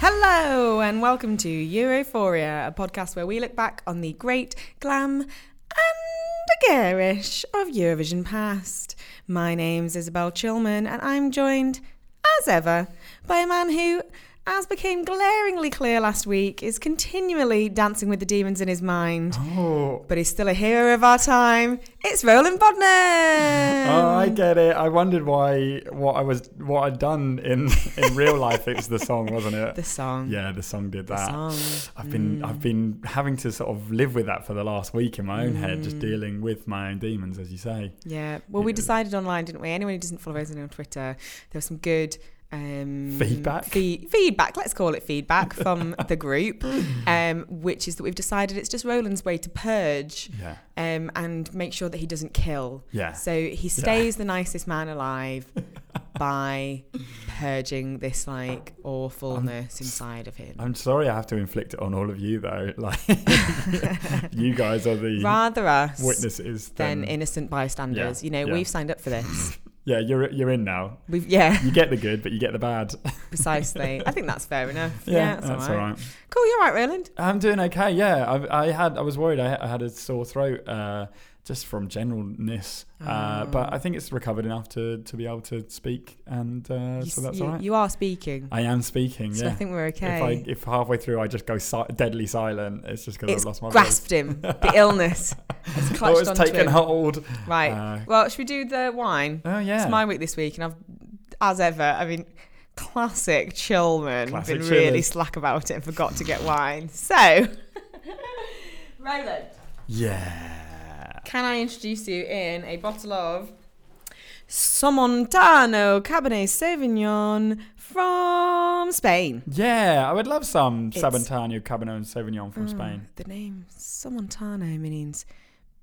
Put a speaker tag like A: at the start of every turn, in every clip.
A: Hello, and welcome to Europhoria, a podcast where we look back on the great, glam, and garish of Eurovision past. My name's Isabel Chilman, and I'm joined, as ever, by a man who, as became glaringly clear last week, is continually dancing with the demons in his mind.
B: Oh,
A: But he's still a hero of our time. It's Roland Bodner.
B: oh, I get it. I wondered why what I was what I'd done in in real life. It was the song, wasn't it?
A: the song.
B: yeah, the song did
A: The
B: that.
A: song. Mm.
B: I've been I've been having to sort of live with that for the last week in my own head,
A: Mm.
B: just dealing with my own demons, as you say.
A: Yeah. Well, we
B: Yeah.
A: decided online, didn't we? Anyone who doesn't follow us on Twitter, there was some good um,
B: Feedback?
A: fee- feedback. Let's call it feedback from the group, um, which is that we've decided it's just Roland's way to purge
B: Yeah,
A: um, and make sure that he doesn't kill.
B: yeah.
A: So he stays the nicest man alive by purging this like awfulness inside of him.
B: I'm sorry, I have to inflict it on all of you though. Like you guys are the
A: Rather us
B: witnesses.
A: than
B: Then
A: innocent bystanders.
B: Yeah,
A: You know,
B: yeah.
A: we've signed up for this.
B: yeah, you're you're in now.
A: We've yeah.
B: You get the good, but you get the bad.
A: Precisely. I think that's fair enough. Yeah,
B: Yeah,
A: that's, all right. Cool, you're right, Roland.
B: I'm doing okay. Yeah, I, I had I was worried I, I had a sore throat uh, just from generalness, uh, but
A: Oh.
B: I think it's recovered enough to to be able to speak, and uh,
A: You,
B: so that's
A: you,
B: all right.
A: you are speaking,
B: I am speaking.
A: so
B: yeah.
A: I think we're
B: If I
A: okay.
B: if halfway through I just go si- deadly silent, it's just because
A: It's
B: I've lost my
A: Grasped him. The illness has
B: voice.
A: clutched
B: oh, it's
A: onto
B: taken
A: him.
B: hold.
A: Right.
B: Uh,
A: well, should we do the wine?
B: oh yeah.
A: It's my week this week, and I've, as ever, I mean, classic Chilman.
B: Classic
A: been really
B: Chilman.
A: slack about it and forgot to get wine. So, Roland,
B: yeah.
A: can I introduce you in a bottle of Somontano Cabernet Sauvignon from Spain?
B: Yeah, I would love some
A: It's-
B: Sabantanio, Cabernet, and Sauvignon from
A: Ah,
B: Spain.
A: The name Somontano means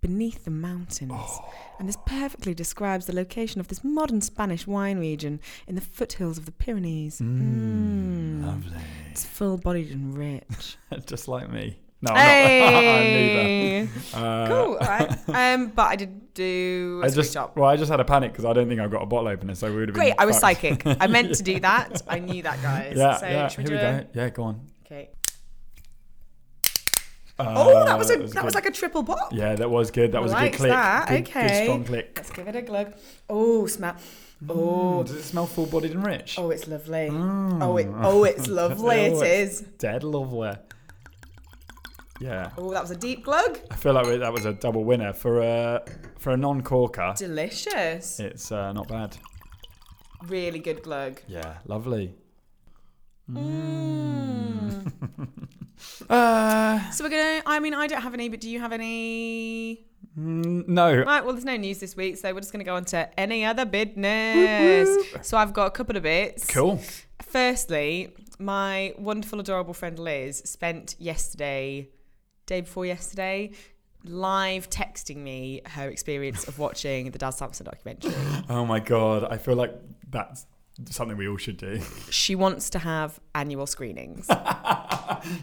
A: beneath the mountains,
B: Oh.
A: and this perfectly describes the location of this modern Spanish wine region in the foothills of the Pyrenees. Mm.
B: Lovely.
A: It's full bodied and rich.
B: just like me. No,
A: Mm. hey!
B: I'm not. I'm neither. Uh,
A: Cool, alright. Um, but I did do a
B: I just
A: job.
B: well, I just had a panic because I don't think I've got a bottle opener, so we would have
A: Great,
B: been.
A: I was
B: fucked.
A: psychic. I meant to do that. I knew that, guys.
B: Yeah,
A: so
B: yeah.
A: should we
B: Here we
A: do
B: go.
A: it?
B: Yeah, go Uh, on.
A: Okay.
B: Uh,
A: Oh, that was a that was
B: good.
A: like a triple pop.
B: Yeah, that was good. That was a good
A: Likes
B: click.
A: that,
B: Good, good
A: okay.
B: strong click.
A: Let's give it a glug. Oh, smell. Oh,
B: Mm, does it smell full-bodied and rich?
A: Oh, it's lovely.
B: Mm.
A: Oh, it, oh, it's lovely.
B: Oh,
A: it
B: it's
A: is.
B: Dead lovely. Yeah,
A: Oh, that was a deep glug.
B: I feel like we- that was a double winner for a for a non-corker.
A: Delicious.
B: It's uh, not bad.
A: Really good glug.
B: Yeah, lovely. Hmm.
A: Mm.
B: Uh,
A: so we're gonna. I mean, I don't have any, but do you have any?
B: mm, no.
A: Right. Well, there's no news this week, so we're just gonna go on to any other business. So I've got a couple of bits.
B: Cool.
A: Firstly, my wonderful, adorable friend Liz spent yesterday, day before yesterday, live texting me her experience of watching the Daz Sampson documentary.
B: Oh my god, I feel like that's something we all should do.
A: she wants to have annual screenings.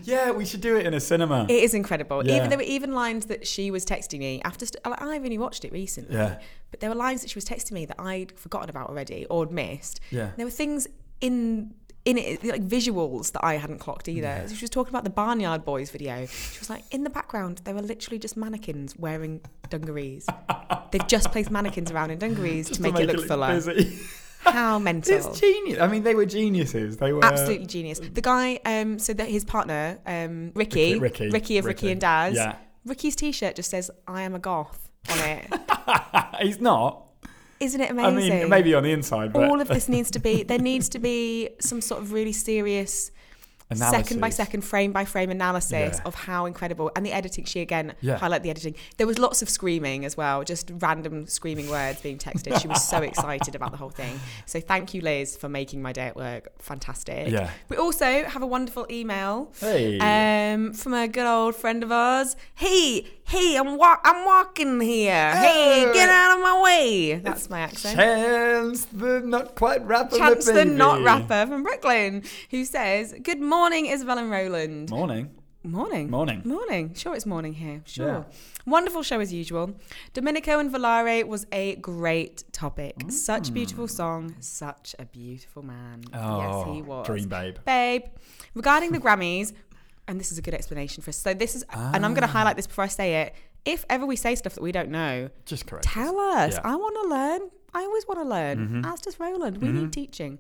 B: yeah, we should do it in a cinema.
A: it is incredible.
B: Yeah.
A: Even there were even lines that she was texting me after. St- I- I've only watched it recently,
B: yeah,
A: but there were lines that she was texting me that I'd forgotten about already or had missed.
B: yeah.
A: There were things in in it like visuals that I hadn't clocked either. So she was talking about the Barnyard Boys video. She was like, in the background there were literally just mannequins wearing dungarees. They've just placed mannequins around in dungarees to make, it look fuller.
B: busy.
A: How mental!
B: it's genius. I mean, they were geniuses. They were
A: absolutely genius. The guy, um, so that his partner, um, Ricky,
B: Ricky, Ricky,
A: of Ricky, and Daz.
B: Yeah,
A: Ricky's T-shirt just says "I am a goth" on it.
B: he's not.
A: Isn't it amazing?
B: I mean, maybe on the inside, but
A: All of this needs to be. There needs to be some sort of really serious second by
B: analysis.
A: second, frame by frame analysis
B: Yeah.
A: of how incredible. And the editing, she again
B: Yeah.
A: highlight the editing. There was lots of screaming as well, just random screaming words being texted. She was so excited about the whole thing. So thank you, Liz, for making my day at work fantastic.
B: Yeah.
A: We also have a wonderful email
B: Hey.
A: um, from a good old friend of ours. Hey, hey, I'm wa- I'm walking here. Hey,
B: Hey.
A: get out of my way. That's my accent.
B: Chance the not quite rapper.
A: Chance the
B: baby.
A: not rapper from Brooklyn, who says, "Good morning, Isabel and Roland.
B: Morning.
A: Morning.
B: Morning.
A: Morning. Sure, it's morning here. Sure.
B: Yeah.
A: Wonderful show as usual. Domenico and Volare was a great topic. Such
B: Mm.
A: beautiful song, such a beautiful man. yes, he was.
B: Oh, Dream babe.
A: Babe, regarding the Grammys, and this is a good explanation for us. So, this is, and I'm going
B: Ah.
A: to highlight this before I say it. If ever we say stuff that we don't know,
B: Just correct. us.
A: tell us.
B: Yeah. Mm-hmm.
A: I want to learn. I always want to learn, as does Roland. We need teaching.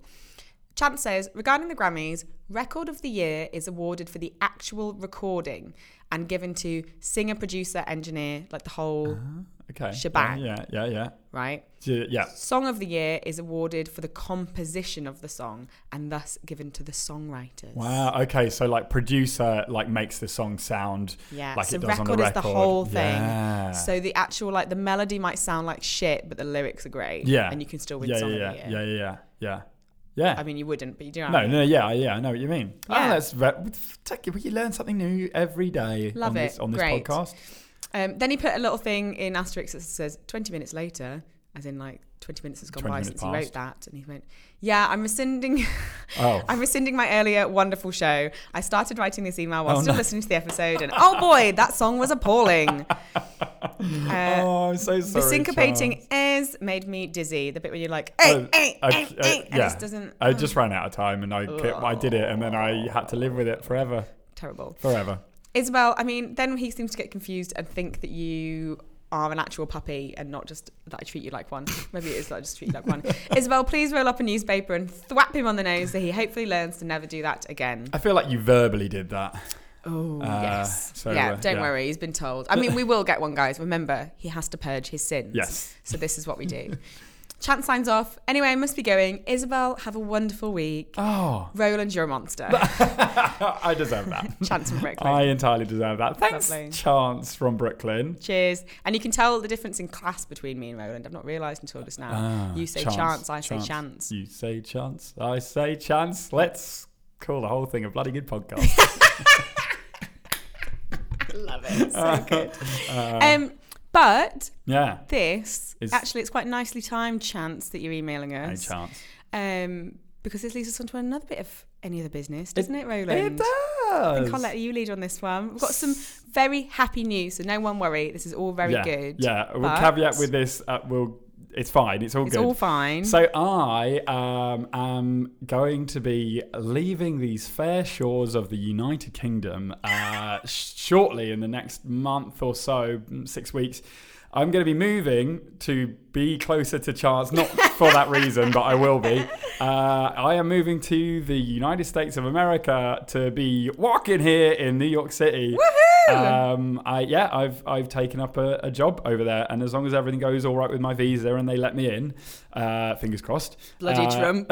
A: Chant says regarding the Grammys, Record of the Year is awarded for the actual recording and given to singer, producer, engineer, like the whole,
B: Ah. Okay.
A: Shebang.
B: Yeah, yeah, yeah.
A: right?
B: Yeah. yeah.
A: Song of the Year is awarded for the composition of the song and thus given to the songwriters.
B: Wow. Okay. So like producer like makes the song sound
A: Yeah,
B: like
A: so
B: it does on the
A: record
B: record.
A: is the whole thing.
B: Yeah.
A: So the actual like the melody might sound like shit, but the lyrics are great.
B: yeah.
A: and you can still win
B: yeah,
A: song
B: yeah,
A: of the
B: yeah,
A: year.
B: yeah, yeah, yeah, yeah.
A: I mean, you wouldn't, but you do. Know what I
B: no,
A: mean?
B: no, yeah, yeah, I know what you mean.
A: Oh. Yeah.
B: Oh, that's ve- tech- we learn something new every day
A: Love
B: on this
A: it.
B: on this
A: Great.
B: podcast.
A: Um, then he put a little thing in asterisk that says 20 minutes later, as in like 20 minutes has gone
B: 20
A: by
B: minutes
A: since he wrote that. And he went, Yeah, I'm rescinding.
B: Oh,
A: I'm rescinding my earlier wonderful show. I started writing this email while
B: Oh,
A: still
B: no.
A: listening to the episode, and oh boy, that song was appalling. Uh,
B: oh, I'm so
A: the
B: sorry.
A: syncopating
B: Charles.
A: airs made me dizzy. The bit where you're like, "Eh, hey,
B: Oh,
A: hey,
B: I-
A: hey,
B: I-
A: hey, and it
B: yeah.
A: just doesn't. oh,
B: I just ran out of time and I kept, I did it and then I had to live with it forever,
A: terrible.
B: forever.
A: Isabel, I mean, then he seems to get confused and think that you are an actual puppy and not just that I treat you like one. Maybe it is that I just treat you like one. Isabel, please roll up a newspaper and thwap him on the nose so he hopefully learns to never do that again.
B: I feel like you verbally did that.
A: Uh, Oh,
B: Uh,
A: yes.
B: so,
A: yeah,
B: uh,
A: don't
B: yeah.
A: worry. He's been told. I mean, we will get one, guys. Remember, he has to purge his sins.
B: Yes.
A: So this is what we do. Chant signs off. Anyway, I must be going. Isabel, have a wonderful week.
B: Oh,
A: Roland, you're a monster.
B: I deserve that.
A: Chant from Brooklyn.
B: I entirely deserve that. Thanks,
A: Lovely.
B: Chance from Brooklyn.
A: Cheers. And you can tell the difference in class between me and Roland. I've not realised until just now.
B: Ah,
A: you say
B: chance,
A: chance, I
B: chance.
A: say chance.
B: You say chance, I say chance. Let's call the whole thing a bloody good podcast.
A: I love it. So good.
B: Uh,
A: Um, but
B: yeah,
A: this
B: Is-
A: actually, it's quite nicely timed chance that you're emailing
B: no
A: us.
B: chance.
A: Um, because this leads us on to another bit of any other business, doesn't it, Roland?
B: It
A: I
B: does.
A: think I'll let you lead on this one. We've got some very happy news, so no one worry. This is all very
B: yeah,
A: good.
B: Yeah, we'll
A: but-
B: caveat with this. Uh, we'll, it's fine. It's all
A: It's
B: good.
A: all fine.
B: So I um, am going to be leaving these fair shores of the United Kingdom uh, sh- shortly in the next month or so, mm, six weeks. I'm going to be moving to be closer to Charles, not for that reason, but I will be. Uh, I am moving to the United States of America to be walking here in New York City. Um, I yeah, I've I've taken up a, a job over there, and as long as everything goes all right with my visa and they let me in, uh, fingers crossed.
A: Bloody
B: uh,
A: Trump.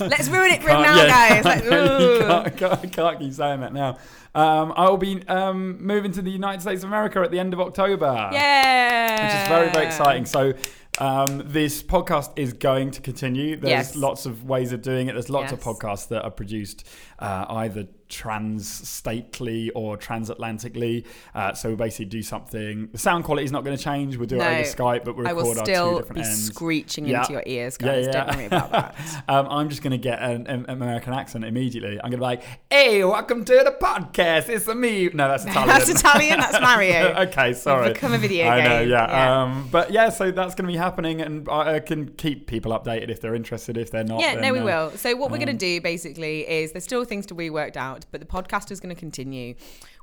A: Let's ruin it for him
B: can't-
A: now,
B: yeah,
A: guys. Like,
B: you
A: ooh.
B: can't, can't, can't keep saying that now. Um, I will be um, moving to the United States of America at the end of October.
A: Yeah.
B: Which is very, very exciting. So, um, this podcast is going to continue. There's
A: Yes.
B: lots of ways of doing it. There's lots of
A: Yes.
B: podcasts that are produced uh, either trans-stately or transatlantically. Uh, so, we basically do something. The sound quality is not going to change. We'll do
A: No.
B: it over Skype, but we'll
A: I
B: record
A: will
B: our two
A: still
B: different
A: be
B: ends.
A: screeching
B: Yeah.
A: into your ears,
B: Yeah,
A: guys.
B: yeah.
A: Don't worry about that.
B: Um, I'm just going to get an, an American accent immediately. I'm going to be like, hey, welcome to the podcast. It's me. No, that's Italian.
A: that's Italian. That's Mario.
B: okay, sorry.
A: eh? become a video
B: I know,
A: game.
B: yeah.
A: Yeah.
B: Um, but yeah, so that's going to be happening, and I, I can keep people updated if they're interested. If they're not,
A: Yeah,
B: then,
A: no, we
B: uh,
A: will. So what we're going to do basically is there's still things to be worked out, but the podcast is going to continue.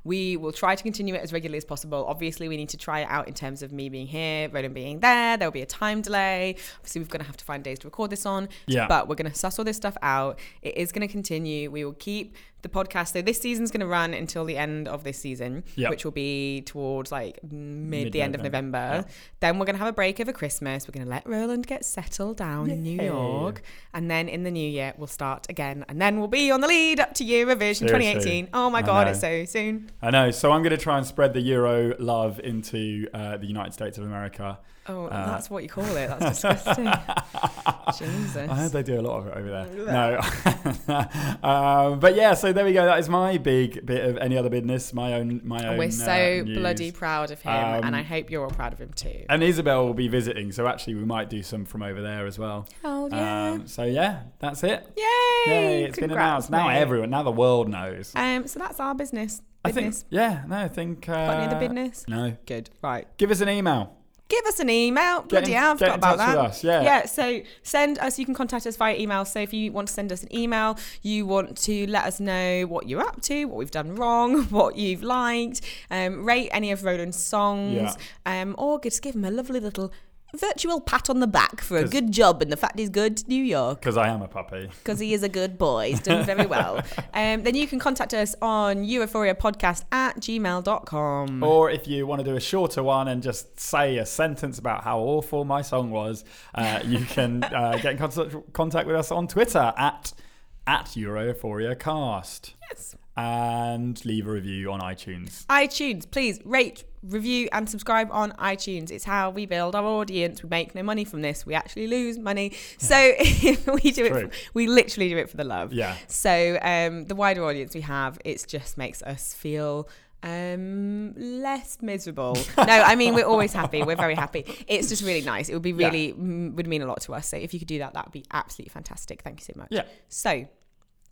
A: We will try to continue it as regularly as possible. Obviously, we need to try it out in terms of me being here, Roland being there. There'll be a time delay. Obviously, we're going to have to find days to record this on.
B: Yeah.
A: But we're going to suss all this stuff out. It is going to continue. We will keep the podcast. So this season's going to run until the end of this season,
B: Yeah.
A: which will be towards like mid, the end of
B: Mid-November.
A: November. Then we're going to have a break over Christmas. We're going to let Roland get settled down in New
B: Yay.
A: York. And then in the new year, we'll start again. And then we'll be on the lead up to Eurovision
B: Seriously.
A: 2018. Oh my
B: I
A: God,
B: know.
A: it's so soon.
B: I know. So I'm going to try and spread the Euro love into uh, the United States of America.
A: Oh,
B: Uh,
A: that's what you call it. That's disgusting. Jesus.
B: I heard they do a lot of it over there. No, um, but yeah. So there we go. That is my big bit of any other business. My own. My own.
A: And Oh, we're so
B: uh, news.
A: bloody proud of him.
B: Um, uh,
A: and I hope you're all proud of him too.
B: And Isabel will be visiting, so actually we might do some from over there as well.
A: oh, yeah.
B: Um, so yeah, that's it.
A: Yay.
B: Yay! It's been announced. Now
A: mate.
B: everyone, now the world knows.
A: Um, so that's our business.
B: I think,
A: Bidness?
B: yeah, no, I think. Uh,
A: Got any other business?
B: No.
A: Good. Right.
B: Give us an email.
A: Give us an email.
B: Get
A: Bloody
B: in-
A: hell, I
B: get
A: forgot
B: in
A: about
B: touch
A: that.
B: with us, yeah.
A: so send us, you can contact us via email. So if you want to send us an email, you want to let us know what you're up to, what we've done wrong, what you've liked, um, rate any of Roland's songs, um, or just give him a lovely little virtual pat on the back for a
B: 'Cause-
A: good job and the fact he's good to New York
B: Because I am a puppy.
A: because he is a good boy. He's done very well. Um, then you can contact us on euphoriapodcast at gmail.com.
B: Or if you want to do a shorter one and just say a sentence about how awful my song was, uh, you can uh, get in contact, contact with us on Twitter at at EuroeuphoriaCast
A: Yes.
B: and leave a review on iTunes.
A: iTunes, please rate, review, and subscribe on iTunes. It's how we build our audience. We make no money from this. We actually lose money. So if we do it,
B: True.
A: for, we literally do it for the love.
B: Yeah.
A: So um, the wider audience we have, it just makes us feel um less miserable no i mean we're always happy we're very happy it's just really nice it would be
B: Yeah.
A: really mm, would mean a lot to us so if you could do that that would be absolutely fantastic thank you so much
B: Yeah.
A: so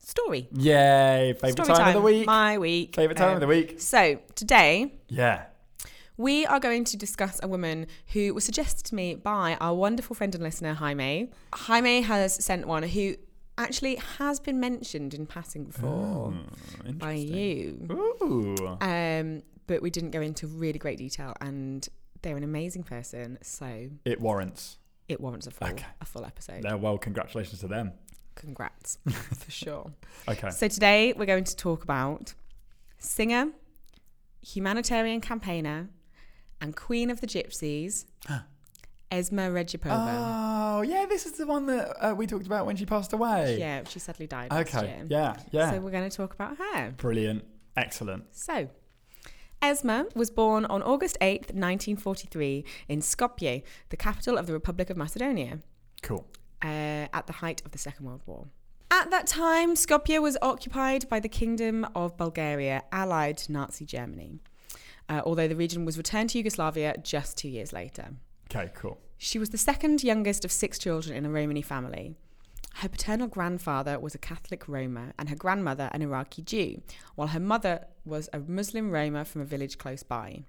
A: story
B: Yay! Favorite
A: story
B: time, of the week.
A: my week
B: favorite time
A: Um,
B: of the week.
A: so today
B: Yeah.
A: we are going to discuss a woman who was suggested to me by our wonderful friend and listener, Jaime. Jaime has sent one who actually has been mentioned in passing before
B: Oh, Interesting.
A: by you.
B: Ooh.
A: Um, but we didn't go into really great detail, and they're an amazing person, so
B: It warrants.
A: it warrants a full,
B: Okay.
A: a full episode.
B: Yeah, well, congratulations to them.
A: Congrats, for sure.
B: Okay.
A: So today we're going to talk about singer, humanitarian campaigner, and queen of the gypsies, Esma Regipova.
B: Oh, yeah, this is the one that uh, we talked about when she passed away.
A: Yeah, she sadly died. last
B: Okay.
A: year.
B: Yeah, yeah.
A: So we're going to talk about her.
B: Brilliant. Excellent.
A: So. Esma was born on August 8th, 1943, in Skopje, the capital of the Republic of Macedonia.
B: Cool.
A: uh, at the height of the Second World War. At that time, Skopje was occupied by the Kingdom of Bulgaria, allied to Nazi Germany, uh, although the region was returned to Yugoslavia just two years later.
B: Okay, cool.
A: She was the second youngest of six children in a Romani family. Her paternal grandfather was a Catholic Roma and her grandmother an Iraqi Jew, while her mother was a Muslim Roma from a village close by.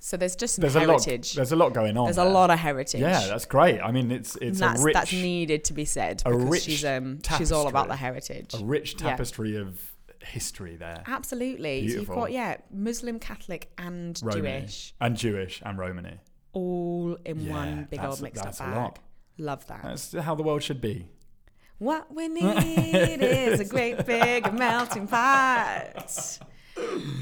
A: So there's just some
B: There's a lot.
A: heritage.
B: There's a lot going on.
A: there's a
B: there.
A: lot of heritage.
B: Yeah, that's great. I mean, it's it's
A: that's,
B: a rich,
A: that's needed to be said
B: a
A: because
B: rich
A: she's um she's all about
B: tapestry.
A: the heritage.
B: a rich
A: yeah.
B: tapestry of history there,
A: Absolutely. So you've
B: Beautiful.
A: got yeah, Muslim, Catholic, and
B: Romany
A: Jewish,
B: and Jewish and Romany.
A: all in
B: Yeah,
A: one big
B: that's
A: old
B: a-
A: mixed up
B: that's a
A: bag.
B: lot.
A: Love that.
B: That's how the world should be.
A: What we need is a great big melting pot,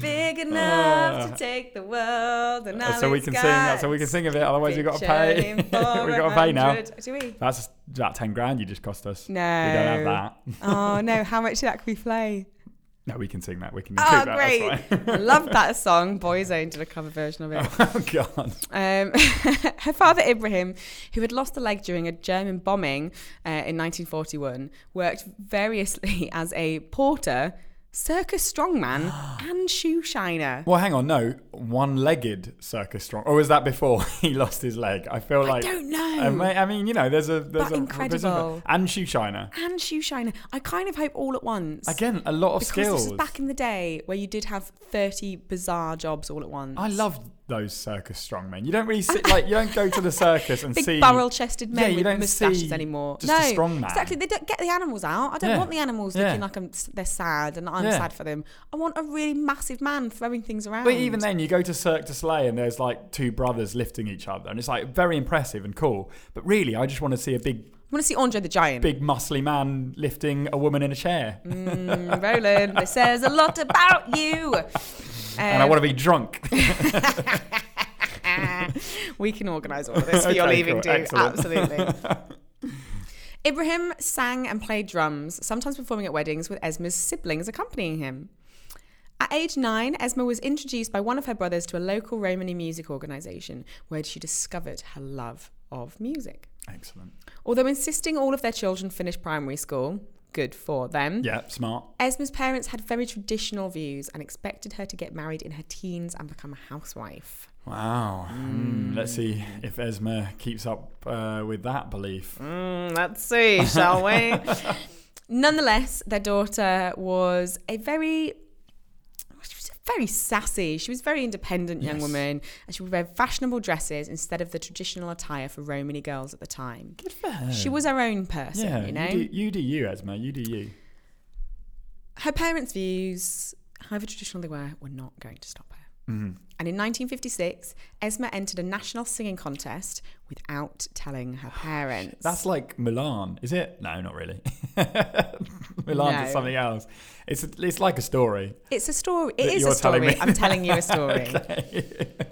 A: big enough to take the world and all
B: so we
A: it's
B: can
A: got.
B: sing. Ah. That's how we can sing of it. Otherwise, we got to pay. we
A: Pitching for
B: got to pay now.
A: 100 Do we?
B: That's about ten grand you just cost us.
A: No.
B: We don't have that.
A: oh no! How much of that can we play?
B: No, we can sing that. We can
A: Oh,
B: include that.
A: great.
B: That's fine.
A: I love that song. Boyzone did a cover version of it.
B: oh God.
A: Um, her father, Ibrahim, who had lost a leg during a German bombing uh, in 1941, worked variously as a porter, circus strongman, and shoe shiner.
B: Well, hang on. No, one-legged circus strong. Or was that before he lost his leg? I feel like um,
A: don't know.
B: I mean, I mean, you know, there's a there's
A: But
B: a
A: incredible.
B: and shoe shiner.
A: And shoe shiner. I kind of hope all at once.
B: Again, a lot of
A: because
B: skills.
A: this was back in the day where you did have 30 bizarre jobs all at once.
B: I love those circus strongmen. You don't really see like you don't go to the circus and
A: Big
B: see
A: barrel-chested men
B: Yeah, you
A: with
B: don't
A: moustaches
B: see
A: anymore.
B: just a
A: no,
B: strong man.
A: exactly. They don't get the animals out. I don't
B: Yeah.
A: want the animals
B: Yeah.
A: looking like I'm, they're sad and I'm
B: Yeah.
A: sad for them. I want a really massive man throwing things around.
B: But even then, you go to Cirque du Soleil and there's like two brothers lifting each other, and it's like very impressive and cool. But really, I just want to see a big,
A: I want to see Andre the Giant.
B: big muscly man lifting a woman in a chair,
A: Mm, Roland, this says a lot about you.
B: and I want to be drunk.
A: we can organise all of this for your
B: Okay,
A: leaving
B: cool.
A: too.
B: Excellent.
A: Absolutely. Ibrahim sang and played drums, sometimes performing at weddings with Esma's siblings accompanying him. At age nine, Esma was introduced by one of her brothers to a local Romani music organisation where she discovered her love of music.
B: Excellent.
A: Although insisting all of their children finish primary school, good for them,
B: Yeah, smart.
A: Esma's parents had very traditional views and expected her to get married in her teens and become a housewife.
B: Wow.
A: Mm.
B: Hmm, Let's see if Esma keeps up uh, with that belief.
A: Mm, let's see, shall we? Nonetheless, their daughter was a very she was very sassy. She was a very independent young
B: Yes.
A: woman, and she would wear fashionable dresses instead of the traditional attire for Romany girls at the time.
B: Good for her.
A: She was her own person,
B: yeah,
A: you know.
B: do, you do you, Esma. You do you.
A: Her parents' views, however traditional they were, were not going to stop her.
B: Mm-hmm.
A: And in 1956, Esma entered a national singing contest without telling her parents.
B: That's like Milan, is it? No, not really. Milan's
A: No.
B: is something else. It's it's like a story.
A: it's a story. It
B: That
A: is a
B: you're telling
A: story.
B: me.
A: I'm telling you a story.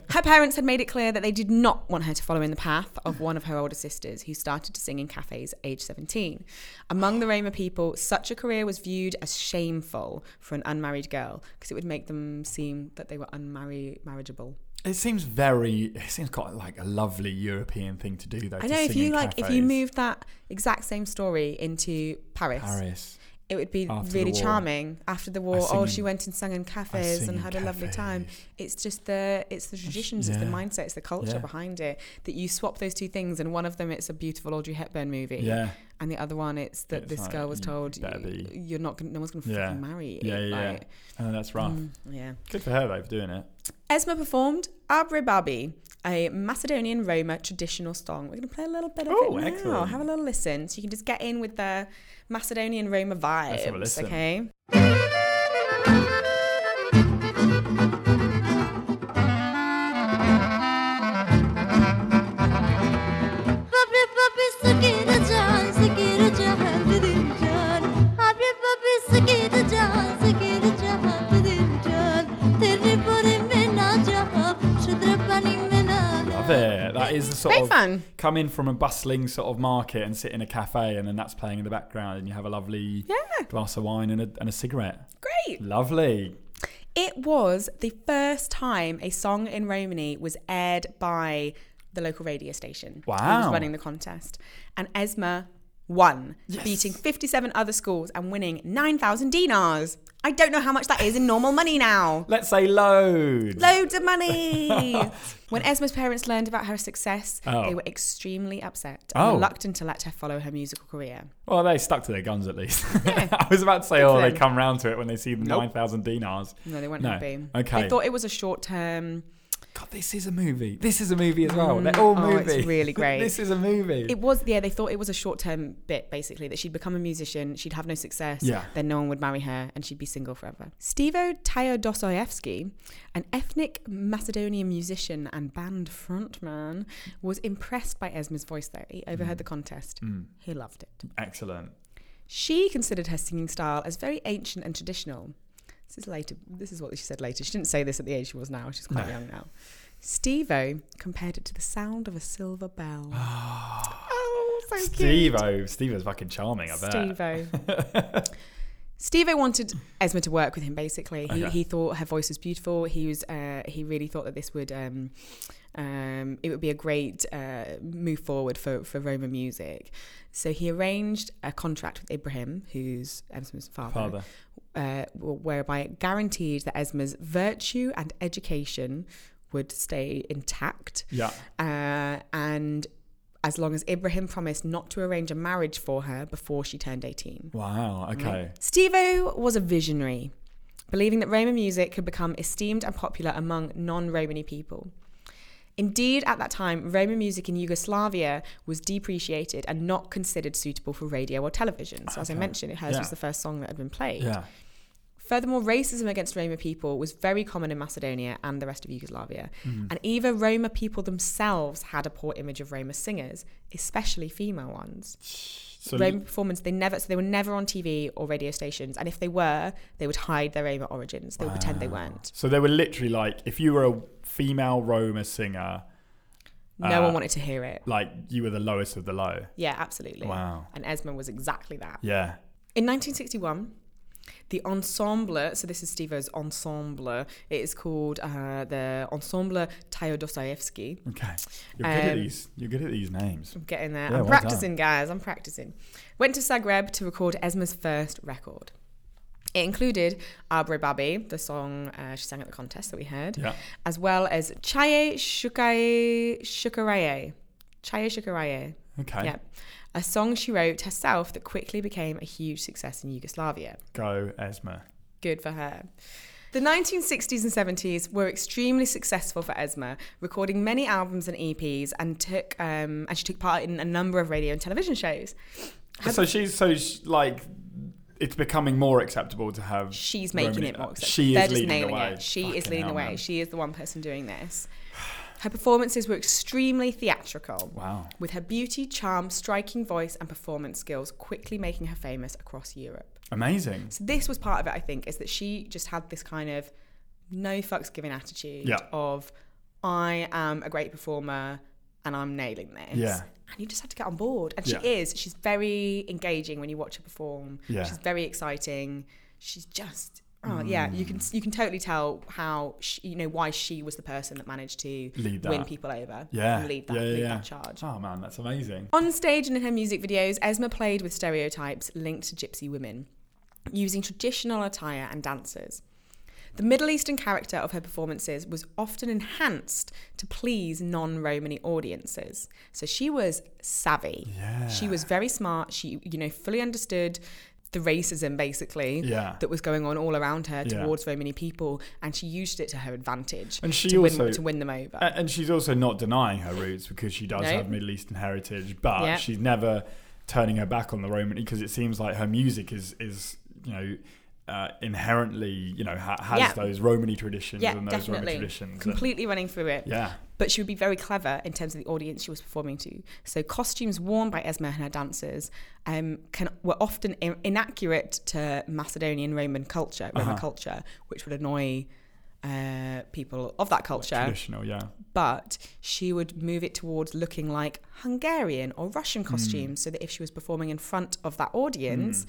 A: Her parents had made it clear that they did not want her to follow in the path of one of her older sisters who started to sing in cafes at age 17. Among the Roma people, such a career was viewed as shameful for an unmarried girl because it would make them seem that they were unmarriageable.
B: It seems very. It seems quite like a lovely European thing to do, though.
A: I
B: to
A: know if
B: sing
A: you
B: in
A: like if
B: cafes.
A: you moved that exact same story into Paris,
B: Paris,
A: it would be
B: After the
A: really
B: war.
A: charming. After the war,
B: I sing
A: oh,
B: in-
A: she went and sang in cafes
B: sing
A: and
B: in
A: had a lovely time.
B: cafes.
A: It's just the it's the traditions, it's the
B: yeah.
A: mindset, it's the culture
B: Yeah.
A: behind it that you swap those two things, and one of them it's a beautiful Audrey Hepburn movie,
B: yeah,
A: and the other one it's that
B: It's
A: this
B: like,
A: girl was
B: you
A: told
B: better
A: you,
B: be-
A: you're not gonna, no one's going to
B: Yeah.
A: fucking marry you.
B: yeah, yeah.
A: like,
B: Oh, that's rough.
A: mm, yeah.
B: Good for her though for doing it.
A: Esma performed Abre Babi, a Macedonian Roma traditional song. We're going to play a little bit of
B: Oh,
A: it now.
B: excellent.
A: Have a little listen so you can just get in with the Macedonian Roma vibes.
B: have a listen.
A: Okay.
C: Habre papi sakir jaan sakir jaan dil jaan Habre papi sakir jaan sakir jaan dil jaan Tere pore mein na jaha shudra pani mein na
B: Love it. That is the sort
A: Very
B: of
A: fun.
B: come in from a bustling sort of market and sit in a cafe, and then that's playing in the background, and you have a lovely
A: Yeah.
B: glass of wine and a, and a cigarette.
A: Great.
B: Lovely.
A: It was the first time a song in Romany was aired by the local radio station. Who was
B: Wow.
A: running the contest. And Esma won, beating 57 other schools and winning 9,000 dinars. I don't know how much that is in normal money now.
B: Let's say load.
A: Loads of money. when Esma's parents learned about her success,
B: Oh.
A: they were extremely upset and
B: Oh.
A: reluctant to let her follow her musical career.
B: Well, they stuck to their guns at least. I was about to say,
A: for
B: oh, they
A: them.
B: come round to it when they see the 9,000 dinars.
A: No, they weren't
B: No.
A: happy.
B: Okay.
A: They thought it was a short term.
B: God, this is a movie. This is a movie as well. They're all
A: oh, it's
B: movies.
A: really great.
B: this is a movie.
A: It was, yeah, they thought it was a short term bit, basically, that she'd become a musician, she'd have no success,
B: Yeah.
A: then no one would marry her, and she'd be single forever. Stevo Tyodosoevsky, an ethnic Macedonian musician and band frontman, was impressed by Esma's voice, though. He overheard the contest, he loved it.
B: Excellent.
A: She considered her singing style as very ancient and traditional. This is later. This is what she said later. She didn't say this at the age she was now. She's quite young now. Stevo compared it to the sound of a silver bell. oh, so
B: Steve O. Steve O's fucking charming, I bet.
A: cute. Stevo. Stevo wanted Esma to work with him. Basically, he,
B: Okay.
A: he thought her voice was beautiful. He was uh, he really thought that this would um, um, it would be a great uh, move forward for for Roma music. So he arranged a contract with Ibrahim, who's Esma's father,
B: Father.
A: Uh, whereby it guaranteed that Esma's virtue and education would stay intact
B: Yeah.
A: uh, and as long as Ibrahim promised not to arrange a marriage for her before she turned 18.
B: Wow. Okay.
A: Stevo was a visionary, believing that Roma music could become esteemed and popular among non Romani people. Indeed, at that time, Roma music in Yugoslavia was depreciated and not considered suitable for radio or television. So, as I
B: Okay.
A: mentioned, hers
B: Yeah.
A: was the first song that had been played.
B: Yeah.
A: Furthermore, racism against Roma people was very common in Macedonia and the rest of Yugoslavia.
B: Mm-hmm.
A: And either Roma people themselves had a poor image of Roma singers, especially female ones.
B: So
A: Roma performers, they never, so they were never on TV or radio stations. And if they were, they would hide their Roma origins. They would pretend they weren't.
B: So they were literally like, if you were a female Roma singer,
A: No
B: Uh,
A: one wanted to hear it.
B: like you were the lowest of the low.
A: Yeah, absolutely.
B: Wow.
A: And Esma was exactly that.
B: Yeah.
A: In 1961, the ensemble, so this is Stevo's ensemble, it is called uh, the Ensemble Tyodostoevsky.
B: Okay. You're good at
A: Um,
B: these. You're good at these names.
A: I'm getting there.
B: Yeah,
A: I'm
B: well
A: practicing, guys. I'm practicing. Went to Zagreb to record Esma's first record. It included Abre Babi, the song uh, she sang at the contest that we heard,
B: Yeah.
A: as well as Chaye Shukaye Shukaraye. Chaye Shukaraye.
B: Okay.
A: Yeah. A song she wrote herself that quickly became a huge success in Yugoslavia.
B: Go, Esma.
A: Good for her. The 1960s and 70s were extremely successful for Esma, recording many albums and EPs, and took um, and she took part in a number of radio and television shows.
B: So she's so sh like it's becoming more acceptable to have.
A: She's making
B: Romany-
A: it more accessible.
B: She
A: They're
B: is
A: just
B: leading the
A: nailing
B: way.
A: it. She is
B: Fucking
A: leading
B: hell,
A: the way.
B: man.
A: She is the one person doing this. Her performances were extremely theatrical.
B: Wow.
A: With her beauty, charm, striking voice, and performance skills quickly making her famous across Europe.
B: Amazing.
A: So this was part of it, I think, is that she just had this kind of no fucks given attitude
B: Yeah.
A: of I am a great performer and I'm nailing this.
B: Yeah.
A: And you just have to get on board. And
B: Yeah.
A: she is. She's very engaging when you watch her perform.
B: Yeah.
A: She's very exciting. She's just oh yeah, you can
B: Mm.
A: you can totally tell how she, you know why she was the person that managed to
B: Lead that.
A: win people over.
B: Yeah.
A: and lead that
B: yeah, yeah,
A: lead
B: yeah.
A: that charge.
B: Oh man, that's amazing.
A: On stage and in her music videos, Esma played with stereotypes linked to gypsy women, using traditional attire and dances. The Middle Eastern character of her performances was often enhanced to please non Romany audiences. So she was savvy.
B: Yeah.
A: She was very smart. She, you know, fully understood the racism basically
B: Yeah.
A: that was going on all around her
B: Yeah.
A: towards Romany people, and she used it to her advantage
B: And she
A: to,
B: also-
A: win, to win them over.
B: A- And she's also not denying her roots because she does
A: No.
B: have Middle Eastern heritage, but
A: Yeah.
B: she's never turning her back on the Roman because it seems like her music is is you know. Uh, inherently, you know, ha- has
A: Yeah.
B: those Romany traditions
A: yeah,
B: and those Roman
A: definitely.
B: traditions. and-
A: Completely running through it.
B: yeah,
A: but she would be very clever in terms of the audience she was performing to. So costumes worn by Esma and her dancers um, can, were often i- inaccurate to Macedonian Roman culture, Roman
B: Uh-huh.
A: culture, which would annoy uh, people of that culture.
B: traditional. Yeah,
A: But she would move it towards looking like Hungarian or Russian
B: Hmm.
A: costumes, so that if she was performing in front of that audience.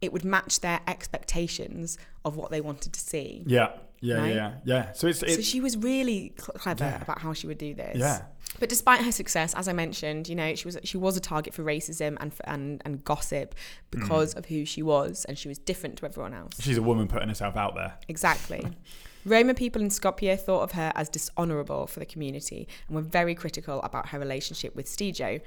A: It would match their expectations of what they wanted to see.
B: yeah, yeah,
A: Right?
B: yeah, yeah. So it's
A: so
B: it's
A: she was really cl- clever
B: Yeah.
A: about how she would do this.
B: yeah,
A: But despite her success, as I mentioned, you know, she was she was a target for racism and for, and and gossip because of who she was, and she was different to everyone else.
B: she's a woman putting herself out there.
A: Exactly. Roma people in Skopje thought of her as dishonourable for the community and were very critical about her relationship with Stejo,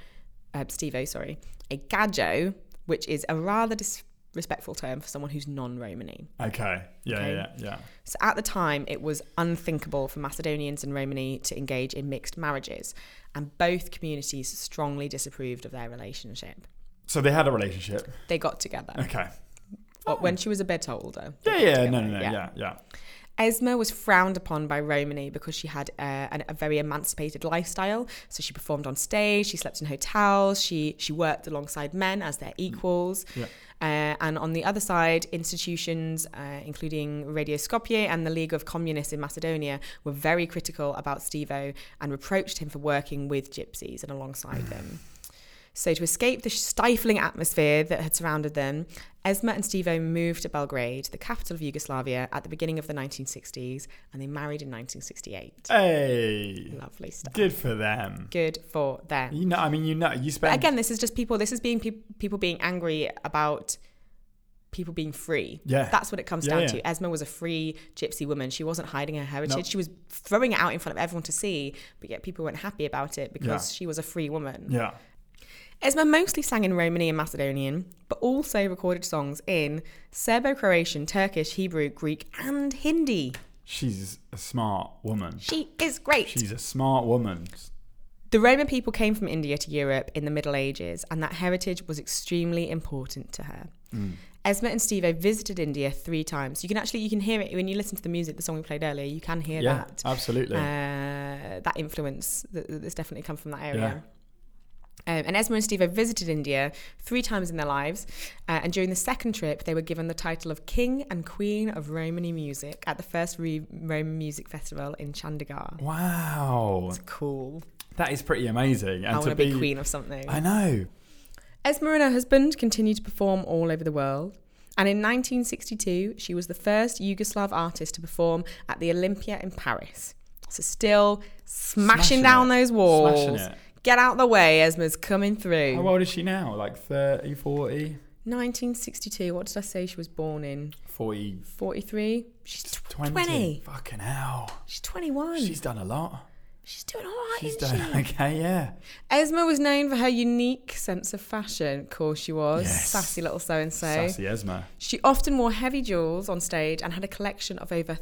A: uh, Stevo, sorry, a gajo, which is a rather disrespectful term for someone who's non-Romany.
B: Okay, yeah,
A: Okay.
B: yeah, yeah.
A: So at the time, it was unthinkable for Macedonians and Romani to engage in mixed marriages, and both communities strongly disapproved of their relationship.
B: So they had a relationship.
A: They got together
B: Okay.
A: uh, when she was a bit older. they
B: Yeah,
A: got
B: yeah,
A: together,
B: no, no, no, yeah, yeah.
A: Esma was frowned upon by Romany because she had uh, an, a very emancipated lifestyle. So she performed on stage, she slept in hotels, she she worked alongside men as their equals.
B: Yeah.
A: Uh, and on the other side, institutions, uh, including Radio Skopje and the League of Communists in Macedonia, were very critical about Stevo and reproached him for working with gypsies and alongside them. So, to escape the stifling atmosphere that had surrounded them, Esma and Stevo moved to Belgrade, the capital of Yugoslavia, at the beginning of the 1960s, and they married in 1968.
B: Hey,
A: Lovely stuff.
B: good for them.
A: Good for them.
B: You know, I mean, you know, you
A: But
B: spend
A: again, this is just people, this is being peop people being angry about people being free.
B: Yeah.
A: That's what it comes
B: Yeah,
A: down
B: yeah.
A: to. Esma was a free gypsy woman. She wasn't hiding her heritage.
B: No.
A: She was throwing it out in front of everyone to see, but yet people weren't happy about it because she was a free woman.
B: Yeah.
A: Esma mostly sang in Romani and Macedonian, but also recorded songs in Serbo Croatian, Turkish, Hebrew, Greek, and Hindi.
B: She's a smart woman.
A: She is great.
B: She's a smart woman.
A: the Roma people came from India to Europe in the Middle Ages, and that heritage was extremely important to her.
B: Mm.
A: Esma and Stevo visited India three times. You can actually you can hear it when you listen to the music, the song we played earlier. You can hear
B: yeah,
A: that.
B: absolutely.
A: uh, that influence that, that's definitely come from that area. Um, and Esma and Steve visited India three times in their lives, uh, and during the second trip, they were given the title of King and Queen of Romani Music at the first Re- Roman Music Festival in Chandigarh.
B: wow,
A: It's cool.
B: that is pretty amazing. And
A: I want
B: to
A: to be, queen of something.
B: I know.
A: Esma and her husband continued to perform all over the world. And in 1962, she was the first Yugoslav artist to perform at the Olympia in Paris. So still smashing,
B: Smashing
A: down
B: it.
A: those walls.
B: Smashing it.
A: Get out the way, Esma's coming
B: How
A: through.
B: old is she now? Like 30, 40,
A: 1962, what did I say she was born in?
B: 40,
A: 43? She's
B: 20.
A: 20.
B: Fucking hell.
A: She's 21.
B: She's done a lot.
A: She's doing all right,
B: She's
A: isn't
B: doing
A: she?
B: okay, yeah.
A: Esma was known for her unique sense of fashion. Of course, she was.
B: Yes.
A: Sassy little so and so.
B: Sassy Esma.
A: She often wore heavy jewels on stage and had a collection of over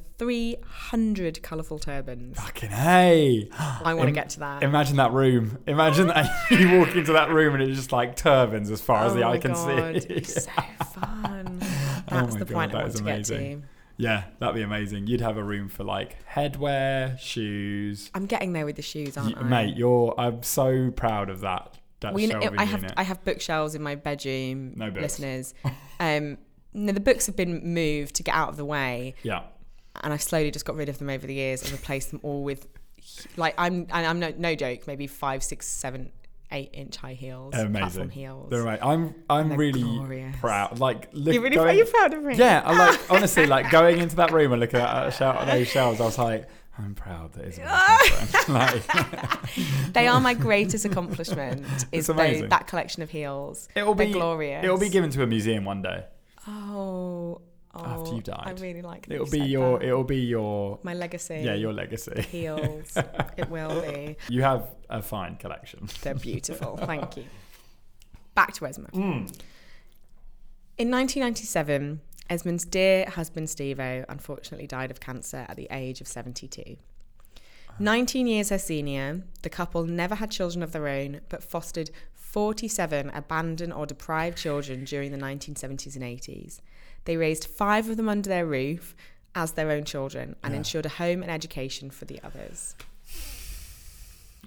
A: 300 colourful turbans.
B: Fucking hey.
A: I want to get to that.
B: Imagine that room. Imagine that you walk into that room and it's just like turbans as far as the
A: Oh
B: eye
A: my
B: can
A: God,
B: see. Oh
A: It's so fun. That's
B: my
A: the
B: God,
A: point
B: that
A: I want
B: is
A: to get
B: amazing.
A: to.
B: yeah, that'd be amazing. You'd have a room for like headwear, shoes.
A: I'm getting there with the shoes, aren't
B: Y-
A: I?
B: Mate, you're. I'm so proud of that. That
A: Well, you know,
B: shelving
A: I have
B: unit.
A: I have bookshelves in my bedroom.
B: No books.
A: listeners. um, no, the books have been moved to get out of the way,
B: yeah.
A: and I've slowly just got rid of them over the years and replaced them all with, like I'm and I'm no, no joke, maybe five, six, seven, eight inch high heels, platform
B: Amazing.
A: heels.
B: They're right. I'm. I'm
A: They're
B: really
A: glorious.
B: proud. Like, look,
A: you really
B: going-
A: are you proud of me?
B: Yeah, I like honestly like going into that room and looking at a shout at those shelves. I was like, I'm proud that it's like
A: They are my greatest accomplishment. Is those,
B: amazing.
A: that collection of heels?
B: it'll
A: They're
B: be
A: glorious.
B: It'll be given to a museum one day.
A: Oh, oh
B: After you
A: I
B: died.
A: really like. that
B: It'll
A: you
B: be
A: said
B: your.
A: that.
B: It'll be your.
A: my legacy.
B: Yeah, your legacy.
A: heels. it will be.
B: You have a fine collection.
A: They're beautiful. Thank you. Back to Esmond.
B: Hmm.
A: In 1997, Esmond's dear husband Stevo unfortunately died of cancer at the age of 72.
B: Ah.
A: 19 years her senior, the couple never had children of their own, but fostered 47 abandoned or deprived children during the 1970s and 80s. They raised five of them under their roof as their own children and
B: Ah.
A: ensured a home and education for the others.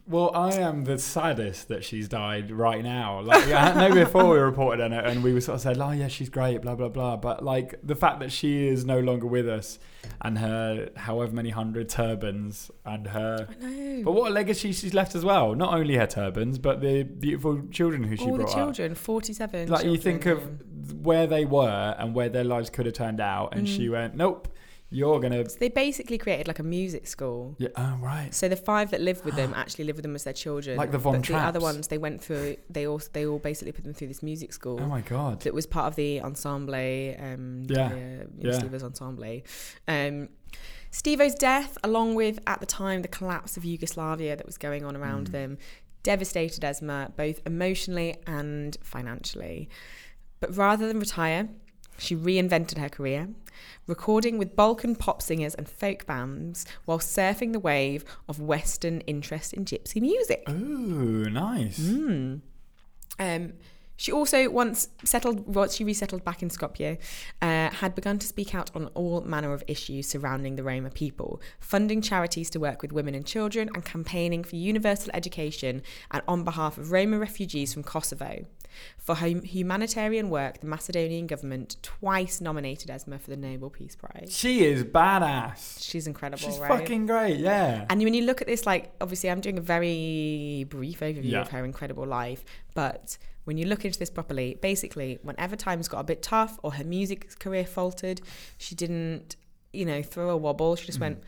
B: Well, I am the saddest that she's died right now. Like, I know before we reported on it and we were sort of said, oh, yeah, she's great, blah, blah, blah. But, like, the fact that she is no longer with us and her however many hundred turbans and her.
A: No.
B: But what a legacy she's left as well. Not only her turbans, but the beautiful children who she
A: all the
B: brought up.
A: children, 47.
B: Like, you
A: children.
B: think of where they were and where their lives could have turned out. And
A: Mm.
B: she went, nope, you're going to.
A: So they basically created like a music school.
B: Yeah, oh, right.
A: So the five that lived with them actually lived with them as their children.
B: Like the Von
A: but the other
B: Trapps.
A: ones they went through. They all they all basically put them through this music school
B: Oh, my God.
A: that was part of the ensemble. Um,
B: Yeah,
A: the, uh, you know,
B: yeah.
A: Steve-O's ensemble. Um, Steve-O's death, along with at the time the collapse of Yugoslavia that was going on around
B: Mm.
A: them, devastated Esma both emotionally and financially. But rather than retire, she reinvented her career, recording with Balkan pop singers and folk bands while surfing the wave of Western interest in gypsy music.
B: Ooh, nice.
A: Um, she also once settled, once she resettled back in Skopje, uh, had begun to speak out on all manner of issues surrounding the Roma people, funding charities to work with women and children, and campaigning for universal education and on behalf of Roma refugees from Kosovo. For hum- humanitarian work, the Macedonian government twice nominated Esma for the Nobel Peace Prize.
B: She is badass.
A: She's incredible,
B: She's
A: right?
B: fucking great, yeah.
A: And when you look at this, like, obviously, I'm doing a very brief overview
B: Yeah.
A: of her incredible life, but when you look into this properly, basically, whenever times got a bit tough or her music career faltered, she didn't, you know, throw a wobble. She just went,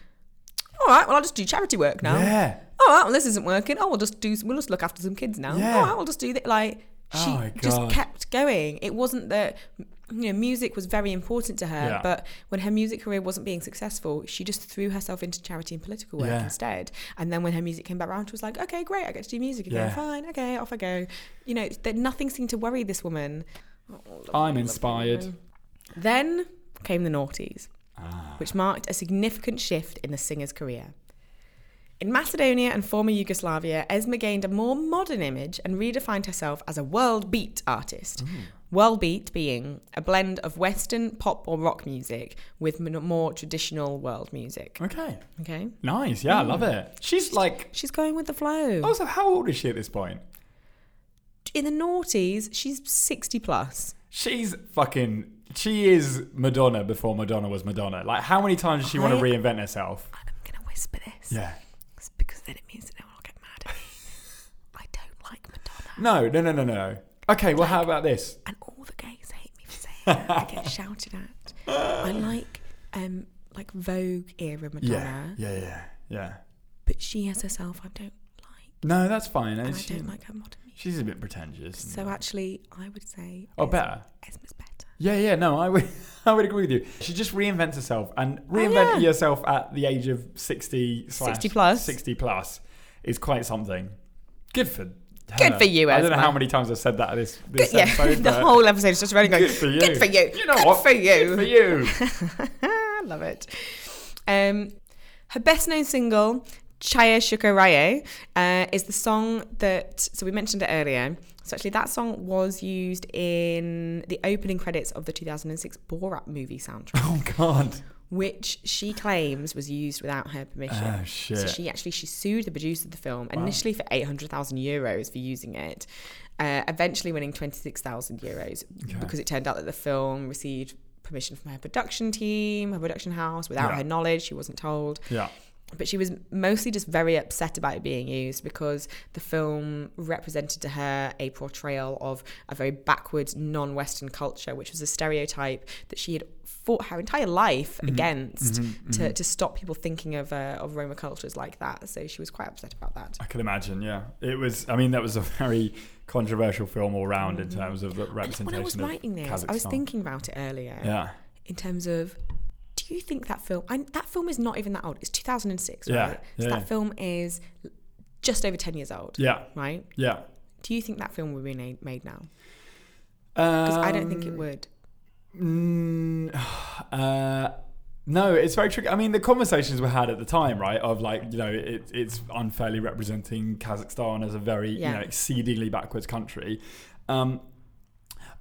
A: all right, well, I'll just do charity work now.
B: Mm. Yeah.
A: All right, well, this isn't working. Oh, we'll just do, we'll just look after some kids now.
B: Yeah.
A: All right, we'll just do that. Like, she
B: Oh my
A: just
B: God.
A: kept going. It wasn't that, you know, music was very important to her,
B: Yeah.
A: but when her music career wasn't being successful, she just threw herself into charity and political work
B: Yeah.
A: instead. And then when her music came back around, she was like, okay, great, I get to do music again.
B: Yeah.
A: Fine, okay, off I go. You know, that nothing seemed to worry this woman.
B: I'm inspired.
A: Then came the noughties, which marked a significant shift in the singer's career. In Macedonia and former Yugoslavia, Esma gained a more modern image and redefined herself as a world beat artist. World beat being a blend of Western pop or rock music with m- more traditional world music.
B: Okay.
A: Okay,
B: Nice, yeah, I love it. She's like.
A: she's going with the flow.
B: Also, how old is she at this point?
A: In the noughties, she's sixty plus.
B: She's fucking. She is Madonna before Madonna was Madonna. Like, how many times does she want
A: I-
B: to reinvent herself?
A: I'm gonna whisper this
B: Yeah.
A: because then it means that no one will get mad at me. I don't like Madonna.
B: No, no, no, no, no. Okay, well, how about this?
A: and all the gays hate me for saying that. I get shouted at. I like um like Vogue era
B: Yeah.
A: Madonna,
B: Yeah, yeah, yeah.
A: but she as herself I don't like,
B: No, that's fine.
A: and
B: She-
A: I don't like her modern music.
B: she's a bit pretentious.
A: So actually, I would say
B: oh,
A: Es-
B: better.
A: Esma's better.
B: Yeah, yeah, no, I would, I would agree with you. She just reinvents herself and reinvent
A: Oh, yeah.
B: yourself at the age of 60 slash
A: 60 plus.
B: 60 plus. is quite something. Good for her.
A: Good for you,
B: I don't know
A: Esma.
B: how many times I've said that this, this
A: yeah,
B: episode.
A: the
B: but
A: whole episode is just running going,
B: good for you.
A: Good for you.
B: You know
A: Good
B: what?
A: for you.
B: Good for you.
A: I love it. Um, her best known single, Chaya Shukaraye, uh, is the song that, so we mentioned it earlier. So actually, that song was used in the opening credits of the 2006 Borat movie soundtrack,
B: oh God.
A: which she claims was used without her permission.
B: Oh shit.
A: So she actually she sued the producer of the film initially for eight hundred thousand euros for using it, uh, eventually winning twenty six thousand euros because it turned out that the film received permission from her production team, her production house, without
B: Yeah.
A: her knowledge. She wasn't told,
B: yeah.
A: but she was mostly just very upset about it being used because the film represented to her a portrayal of a very backwards non-Western culture, which was a stereotype that she had. Fought her entire life against to, to stop people thinking of uh, of Roma cultures like that. So she was quite upset about that.
B: I can imagine. Yeah. It was. I mean, that was a very controversial film all round in terms of the representation.
A: When I was
B: of
A: writing this, I was
B: Kazakhstan.
A: thinking about it earlier
B: Yeah.
A: in terms of do you think that film, and that film is not even that old, it's 2006,
B: Yeah,
A: right? So
B: yeah, yeah.
A: that film is just over 10 years old,
B: Yeah.
A: right?
B: Yeah.
A: Do you think that film would be na- made now?
B: Because
A: Because I don't
B: Um,
A: think it would.
B: Mm, uh, no, it's very tricky. I mean, the conversations were had at the time, right? Of like, you know, it, it's unfairly representing Kazakhstan as a very, you
A: Yeah.
B: know, exceedingly backwards country. Um,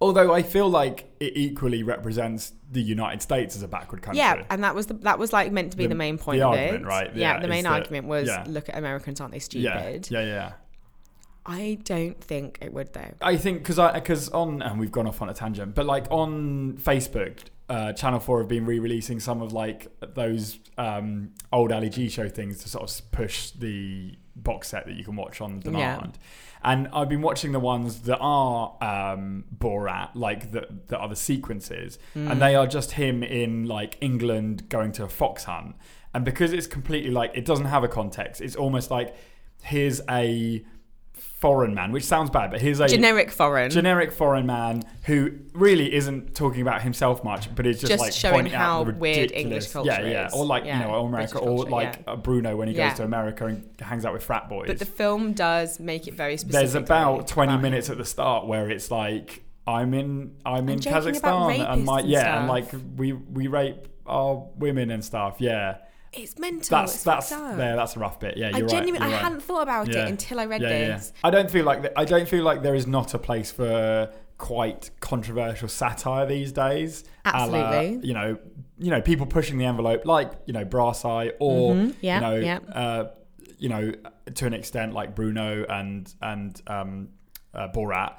B: although I feel like it equally represents the United States as a backward country.
A: Yeah, and that was the, that was like meant to be
B: The-
A: the, main point
B: the
A: of
B: argument,
A: it.
B: right?
A: Yeah,
B: Yeah,
A: the
B: is
A: main
B: that-
A: argument was
B: yeah.
A: look at Americans, aren't they
B: yeah,
A: stupid?
B: yeah, yeah.
A: I don't think it would though.
B: I think because I because on and we've gone off on a tangent, but like on Facebook, uh, Channel Four have been re-releasing some of like those um, old Ali G show things to sort of s- push the box set that you can watch on demand. And I've been watching the ones that are um, Borat, like that that are the sequences, and they are just him in like England going to a fox hunt. And because it's completely like it doesn't have a context, it's almost like here's a foreign man, which sounds bad, but here's a
A: Generic foreign.
B: generic foreign man who really isn't talking about himself much, but is just,
A: Just
B: like
A: showing
B: pointing out
A: how
B: the
A: weird
B: ridiculous-
A: English culture
B: yeah, yeah,
A: is.
B: or like
A: Yeah,
B: you know, or America,
A: British
B: or
A: culture,
B: like
A: yeah.
B: uh, Bruno when he
A: Yeah.
B: goes to America and hangs out with frat boys.
A: but the film does make it very specific.
B: There's about
A: right,
B: 20
A: about him.
B: minutes at the start where it's like I'm in I'm in
A: joking about
B: Kazakhstan
A: rapists
B: and my
A: and
B: yeah,
A: stuff.
B: and like we we rape our women and stuff. Yeah,
A: It's mental.
B: that's
A: Oh, it's
B: that's
A: fucked up.
B: there. That's a rough bit. Yeah, you're
A: I
B: right,
A: genuinely,
B: you're
A: I
B: right.
A: hadn't thought about
B: Yeah.
A: it until I read
B: Yeah, yeah.
A: this.
B: I don't feel like th- I don't feel like there is not a place for quite controversial satire these days. a la,
A: Absolutely.
B: you know, you know, people pushing the envelope, like you know, Brass Eye, or
A: Mhm, yeah,
B: you know,
A: yeah.
B: uh, you know, to an extent, like Bruno and and um, uh, Borat.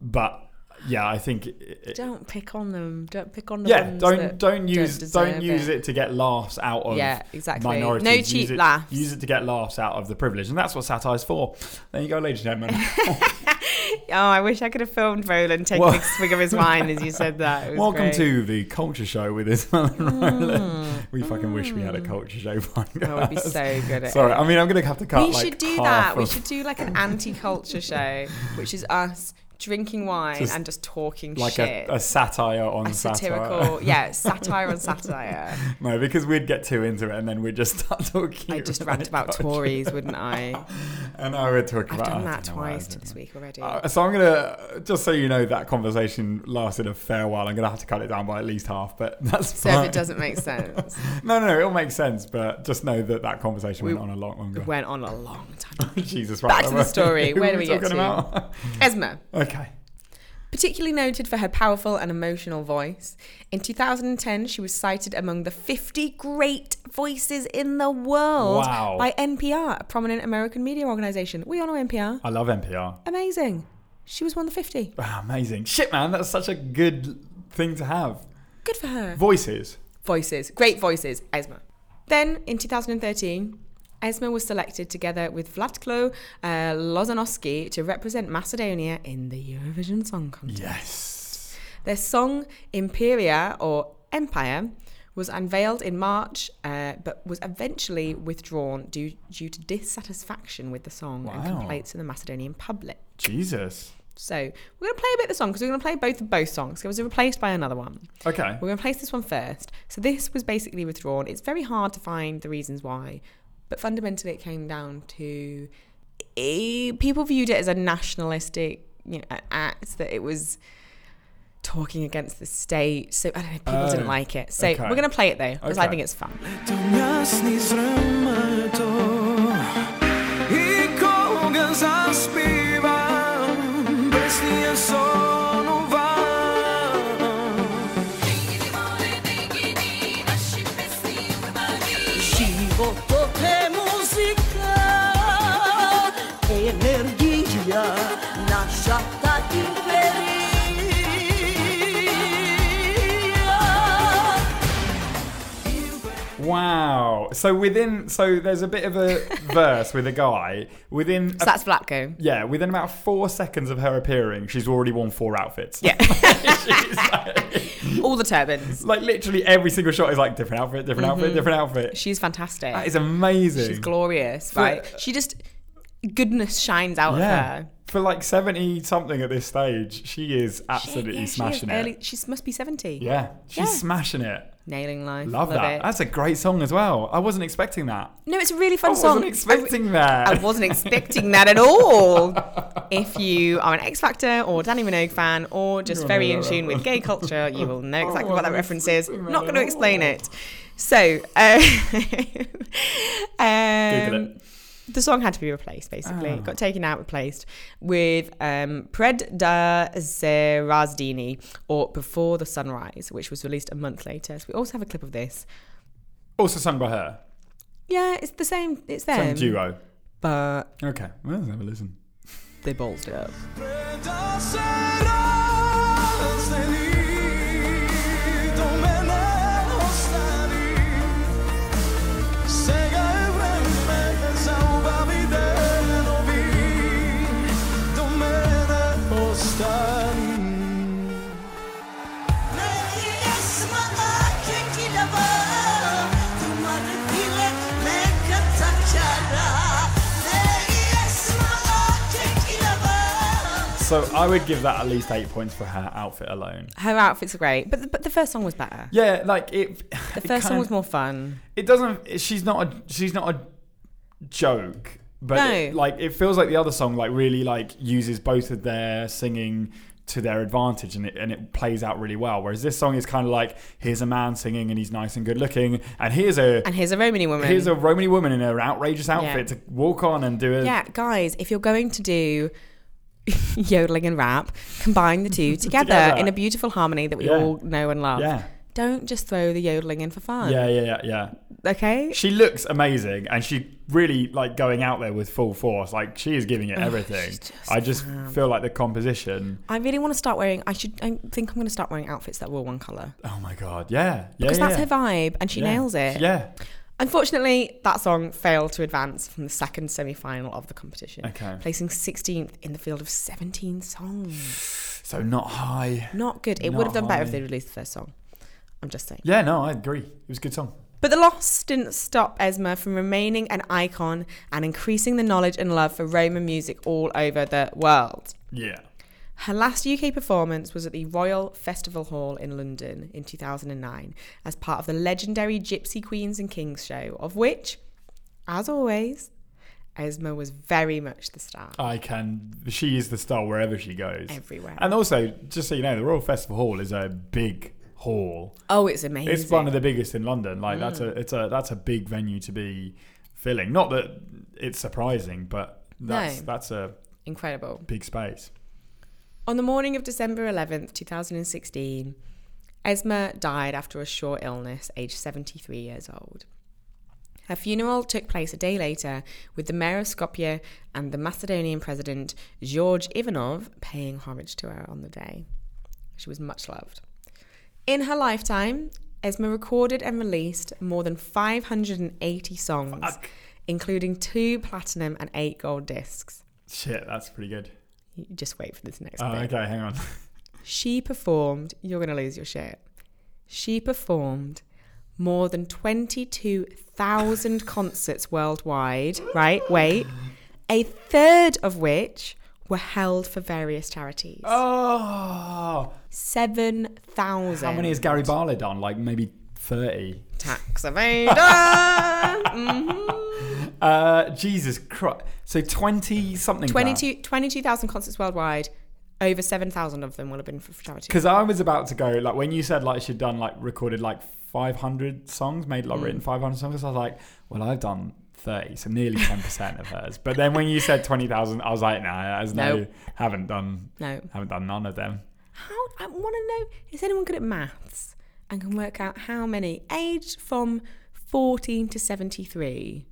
B: But yeah, I think. It, it-
A: Don't pick on them. Don't pick on the
B: yeah,
A: ones
B: don't
A: that
B: don't use
A: deserve
B: don't, use it. to get laughs out of
A: Yeah, exactly.
B: minorities.
A: No
B: Use
A: cheap
B: it-
A: laughs.
B: Use it to get laughs out of the privilege, and that's what satire's for. There you go, ladies and gentlemen.
A: Oh, I wish I could have filmed Roland taking
B: Well-
A: a big swig of his wine as you said that. It was
B: Welcome
A: great. Hmm.
B: to the culture show with Isabel and Roland. We fucking wish we had a culture show podcast.
A: Oh, we'd Hmm. be so good at
B: Sorry,
A: it.
B: I mean, I'm going to have to cut.
A: we
B: like,
A: should do
B: half
A: that. We
B: of-
A: should do like an anti-culture show, which is us drinking wine
B: Just
A: and just talking
B: like a,
A: shit.
B: a satire on
A: A
B: satire.
A: satirical, yeah, satire on satire.
B: no, because we'd get too into it and then we'd just start talking.
A: I just rant about Tories, wouldn't I?
B: And I would talk
A: I've
B: about.
A: done
B: I
A: that
B: don't know why I
A: twice
B: did
A: this
B: that.
A: week already.
B: Uh, so I'm gonna just so you know that conversation lasted a fair while. I'm gonna have to cut it down by at least half, but that's
A: so
B: fine.
A: if it doesn't make sense,
B: no, no, no, it'll make sense. But just know that that conversation
A: We-
B: went on a lot longer.
A: it went on a long time.
B: Jesus, right.
A: Back to the story.
B: Who
A: Where
B: are
A: do we get
B: talking
A: to?
B: about?
A: Esma,
B: Okay.
A: particularly noted for her powerful and emotional voice. In 2010, she was cited among the 50 great voices in the world
B: Wow.
A: by NPR, a prominent American media organization. We all know NPR.
B: I love NPR.
A: Amazing. She was one of the 50.
B: Wow, Ah, amazing. Shit, man, that's such a good thing to have.
A: Good for her.
B: Voices.
A: Voices. Great voices, Esma. Then in 2013, Esma was selected together with Vlatko uh, Lozanovsky to represent Macedonia in the Eurovision Song Contest.
B: Yes.
A: Their song Imperia or Empire was unveiled in March, uh, but was eventually withdrawn due, due to dissatisfaction with the song and
B: Wow.
A: complaints in the Macedonian public.
B: Jesus.
A: So we're going to play a bit of the song because we're going to play both of both songs. 'cause It was replaced by another one.
B: Okay.
A: We're going to place this one first. So this was basically withdrawn. It's very hard to find the reasons why, But fundamentally, it came down to eh, people viewed it as a nationalistic you know, act that it was talking against the state. So I don't know, people didn't
B: Oh,
A: like it. So
B: okay.
A: we're going to play it though, because I think
B: Okay. Uh,
A: it's fun.
D: 또 낯설음에도 이 곡은 상스비반 베스티에서 노바
E: Te música, energia, nasza ta imperia.
B: Wow. So within, so there's a bit of a verse with a guy within.
A: So
B: a-
A: that's Flacco.
B: yeah, within about four seconds of her appearing, she's already worn four outfits.
A: Yeah.
B: She's like,
A: All the turbans.
B: like, literally every single shot is like different outfit, different outfit, different outfit.
A: She's fantastic.
B: That is amazing.
A: Mm-hmm. She's glorious, right? She just goodness shines out
B: Yeah.
A: of her.
B: For like 70 something at this stage, she is absolutely
A: Yeah, she is
B: smashing it.
A: early- she must be 70.
B: Yeah, she's
A: Yeah.
B: smashing it.
A: Nailing life.
B: Love, that.
A: It.
B: That's a great song as well. I wasn't expecting that.
A: no, it's a really fun
B: I
A: song.
B: wasn't expecting that.
A: I wasn't expecting that at all. If you are an X Factor or Danny Minogue fan or just
B: You'll
A: very
B: know
A: in
B: that
A: tune with gay culture, you will know exactly what that
B: wasn't
A: reference is.
B: expecting that
A: Not going to
B: at
A: explain
B: all.
A: it. So, uh,
B: Google
A: um,
B: it. Ah.
A: the song had to be replaced, basically. It Got taken out, replaced with um, Pred da Zerazdini or Before the Sunrise, which was released a month later. So we also have a clip of this.
B: Also sung by her.
A: Yeah, it's the same. It's
B: Same
A: them.
B: duo.
A: But
B: Okay, well, let's have a listen.
A: they ballsed it up.
B: So I would give that at least eight points for her outfit alone.
A: Her outfits are great, but the, but the first song was better.
B: Yeah, like it.
A: The first song was more fun.
B: It doesn't. She's not. A, she's not a joke. But
A: No.
B: it- like it feels like the other song like really like uses both of their singing to their advantage and it and it plays out really well. Whereas this song is kind of like here's a man singing and he's nice and good looking and here's a
A: And here's a Romany woman.
B: here's a Romany woman in an outrageous outfit
A: Yeah.
B: to walk on and do a
A: yeah, guys, if you're going to do yodeling and rap, combine the two together,
B: Together.
A: in a beautiful harmony that we
B: Yeah.
A: all know and love.
B: yeah
A: Don't just throw the yodeling in for fun.
B: yeah yeah yeah. yeah.
A: Okay.
B: She looks amazing and she really like going out there with full force. Like she is giving it everything.
A: she's just
B: I just
A: fab.
B: feel like the composition.
A: I really want to start wearing. I should. I think I'm going to start wearing outfits that were one color
B: Oh my god, yeah, yeah,
A: because
B: yeah,
A: that's
B: yeah.
A: her vibe, and she
B: Yeah.
A: nails it.
B: Yeah.
A: Unfortunately, that song failed to advance from the second semi-final of the competition,
B: Okay.
A: placing 16th in the field of 17 songs.
B: So not high.
A: Not good. It would have
B: Not
A: done better if
B: high.
A: they released the first song. I'm just saying.
B: Yeah, no, I agree. It was a good song.
A: But the loss didn't stop Esma from remaining an icon and increasing the knowledge and love for Roma music all over the world.
B: Yeah.
A: Her last UK performance was at the Royal Festival Hall in London in 2009 as part of the legendary Gypsy Queens and Kings show, of which, as always, Esma was very much the star.
B: I can. She is the star wherever she goes.
A: Everywhere.
B: And also, just so you know, the Royal Festival Hall is a big hall.
A: Oh, it's amazing.
B: It's one of the biggest in London.
A: Mm.
B: Like that's a it's a that's a big venue to be filling. Not that it's surprising, but that's
A: No.
B: that's a
A: Incredible.
B: big space.
A: On the morning of December 11th, 2016, Esma died after a short illness, aged 73 years old. Her funeral took place a day later, with the mayor of Skopje and the Macedonian president, George Ivanov, paying homage to her on the day. She was much loved. In her lifetime, Esma recorded and released more than 580 songs,
B: Fuck.
A: including two platinum and eight gold discs.
B: Shit, that's pretty good.
A: You Just wait for this next
B: Oh,
A: bit.
B: okay, hang on.
A: She performed, you're going to lose your shit. She performed more than 22,000 concerts worldwide, right? Wait. A third of which were held for various charities.
B: Oh,
A: 7,000.
B: how many is Gary Barlett on? Like maybe thirty.
A: Tax evader. Mhm.
B: Uh, Jesus Christ. So 20 something.
A: 22 22,000 concerts worldwide. Over 7,000 of them will have been for for charity.
B: Because I was about to go, like, when you said, like, she'd done, like, recorded, like, 500 songs, made,
A: Hmm.
B: like, written 500 songs, I was like, well, I've done 30, so nearly 10% of hers. But then when you said 20,000, I was like, nah, there's no,
A: Nope.
B: haven't done,
A: No.
B: haven't done none of them.
A: How I want to know is anyone good at maths and can work out how many aged from 14 to 73?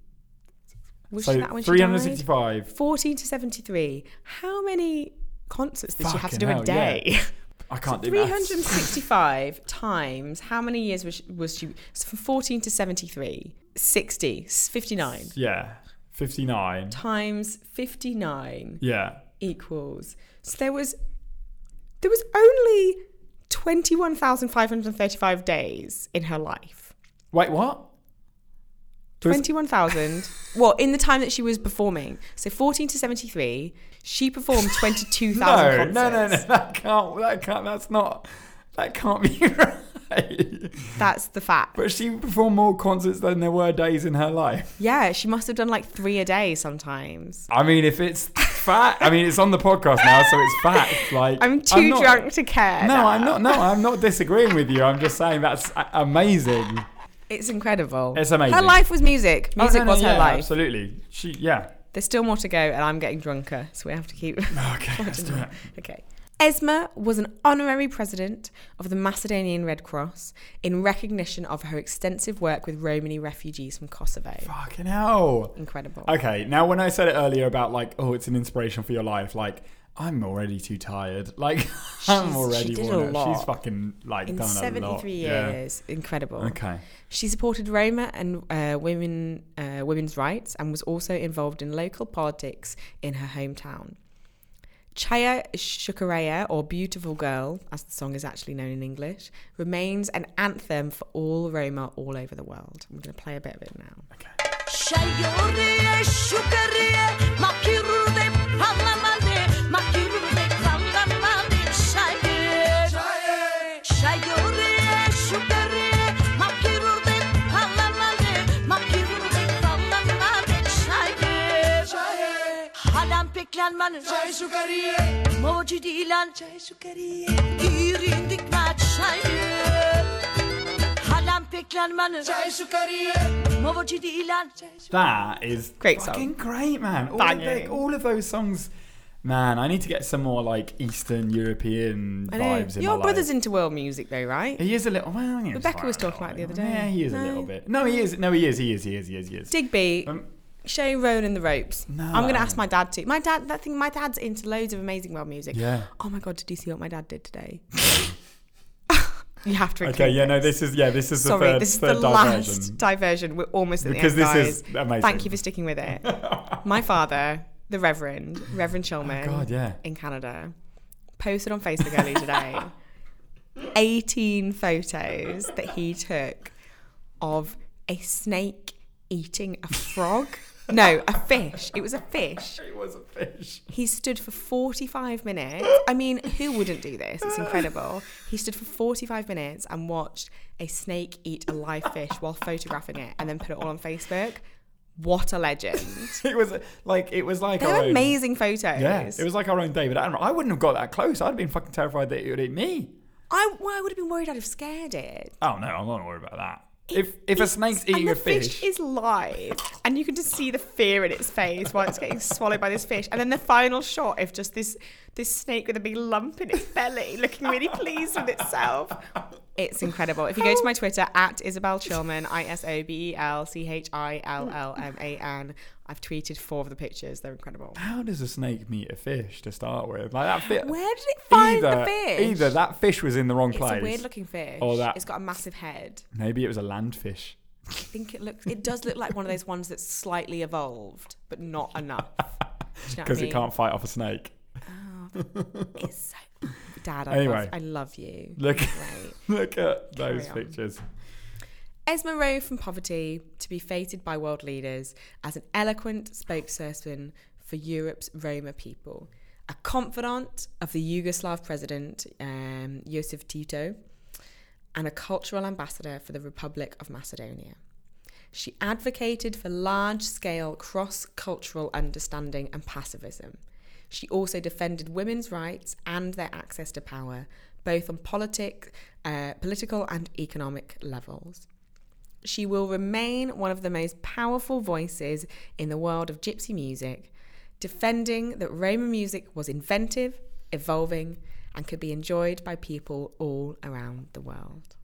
A: Was
B: So
A: she that when she died?
B: 365.
A: 14 to 73. How many concerts did she have to do
B: Fucking
A: in a
B: hell, yeah.
A: day?
B: I can't do that.
A: 365 times how many years was she, was she so from 14 to 73 60 s- 59
B: Yeah. 59.
A: times 59
B: Yeah.
A: equals so there was there was only 21,535 days in her life
B: Wait, what? There was-
A: 21,000 well in the time that she was performing so 14 to 73 she performed 22,000
B: No,
A: concerts
B: no, no, no. That can't, that can't, that's not, that can't be right.
A: that's the fact
B: But she performed more concerts than there were days in her life.
A: yeah she must have done like 3 a day sometimes
B: I mean, if it's fact, I mean, it's on the podcast now, so it's fact. Like,
A: I'm too
B: not-
A: drunk to care.
B: No,
A: now.
B: I'm not. No, I'm not disagreeing with you. I'm just saying that's a- amazing.
A: It's incredible.
B: It's amazing.
A: Her life was music.
B: Oh,
A: Music
B: no, no,
A: was her
B: yeah,
A: life.
B: Absolutely. She, yeah.
A: There's still more to go, and I'm getting drunker, so we have to keep.
B: Okay, let's do it.
A: okay. Esma was an honorary president of the Macedonian Red Cross in recognition of her extensive work with Romani refugees from Kosovo.
B: Fucking hell.
A: Incredible.
B: Okay, now when I said it earlier about like, oh, it's an inspiration for your life, like. I'm already too tired. Like
A: She's-
B: I'm
A: she
B: already
A: did a
B: worn out. She's
A: lot.
B: fucking like
A: in
B: done a lot.
A: 73
B: Yeah.
A: years, incredible.
B: Okay.
A: She supported Roma and uh, women uh, women's rights and was also involved in local politics in her hometown. Chaya Shukaraya, or Beautiful Girl, as the song is actually known in English, remains an anthem for all Roma all over the world. I'm going to play a bit of it now.
E: Şayoriye, şukeriye, makirude, panamade, makirude, kandamade, şaye. Şayoriye, şukeriye, makirude, panamade, makirude, kandamade, şaye. Halam peklenmanın Mocidi ilan çay şukeriye Girindik maçayı Halam peklenmanın Çay şukeriye Mocidi ilan çay şukeriye
B: That is
A: Great song.
B: fucking great, man. All of,
A: Banging.
B: the, all of those songs, man. I need to get some more like Eastern European
A: I know.
B: vibes in
A: Your
B: my
A: brother's
B: life.
A: into world music, though, right?
B: He is a little. Well, you know,
A: Rebecca
B: it's
A: was
B: like-
A: talking about it the other day.
B: Yeah, he is a
A: No.
B: little bit. No, he is. No, he is. He is. He is. He is. He is.
A: Digby,
B: Um,
A: show Ronan the ropes.
B: No.
A: I'm going to ask my dad to. My dad, that thing, my dad's into loads of amazing world music.
B: Yeah.
A: Oh my God, did you see what my dad did today? you have to
B: Okay.
A: include
B: Yeah. No.
A: this.
B: This is. Yeah. This is
A: Sorry,
B: the third,
A: this is
B: third
A: the
B: diversion.
A: last diversion. We're almost at
B: Because
A: the
B: this
A: end,
B: is
A: guys.
B: amazing.
A: Thank you for sticking with it. My father, the Reverend, Reverend Shulman,
B: Oh, God, yeah.
A: in Canada, posted on Facebook earlier today 18 photos that he took of a snake eating a frog. No, a fish. It was a fish.
B: It was a fish.
A: He stood for 45 minutes. I mean, who wouldn't do this? It's incredible. He stood for 45 minutes and watched a snake eat a live fish while photographing it and then put it all on Facebook. What a legend.
B: It was a- like. It was like. our
A: They're
B: own-
A: amazing photos.
B: Yeah. It was like our own David Attenborough. I wouldn't have got that close. I'd have been fucking terrified that it would eat me.
A: I, well, I would have been worried I'd have scared it.
B: Oh no, I'm not worried about that. If if a snake's
A: and
B: eating
A: the
B: a fish,
A: is live, and you can just see the fear in its face while it's getting swallowed by this fish. And then the final shot of just this this snake with a big lump in its belly, looking really pleased with itself. It's incredible. If you go to my Twitter at Isabel Chilman, I S O B E L C H I L L M A N, I've tweeted four of the pictures. They're incredible.
B: how does a snake meet a fish to start with? Like that fish.
A: Where did it find
B: either,
A: the fish?
B: Either that fish was in the wrong
A: It's a
B: place.
A: weird looking fish.
B: Or that-
A: It's got a massive head.
B: Maybe it was a land fish.
A: I think it looks. It does look like one of those ones that's slightly evolved, but not enough. Do you know what I
B: Because
A: mean?
B: it can't fight off a snake.
A: It's so. Dad, I, love,
B: Anyway.
A: I love you.
B: Look
A: Right.
B: look at those
A: Carry on.
B: pictures.
A: Esma rose from poverty to be feted by world leaders as an eloquent spokesperson for Europe's Roma people, a confidant of the Yugoslav president, um, Josip Tito, and a cultural ambassador for the Republic of Macedonia. She advocated for large scale cross cultural understanding and pacifism. She also defended women's rights and their access to power, both on politic, uh, political and economic levels. She will remain one of the most powerful voices in the world of gypsy music, defending that Roma music was inventive, evolving, and could be enjoyed by people all around the world.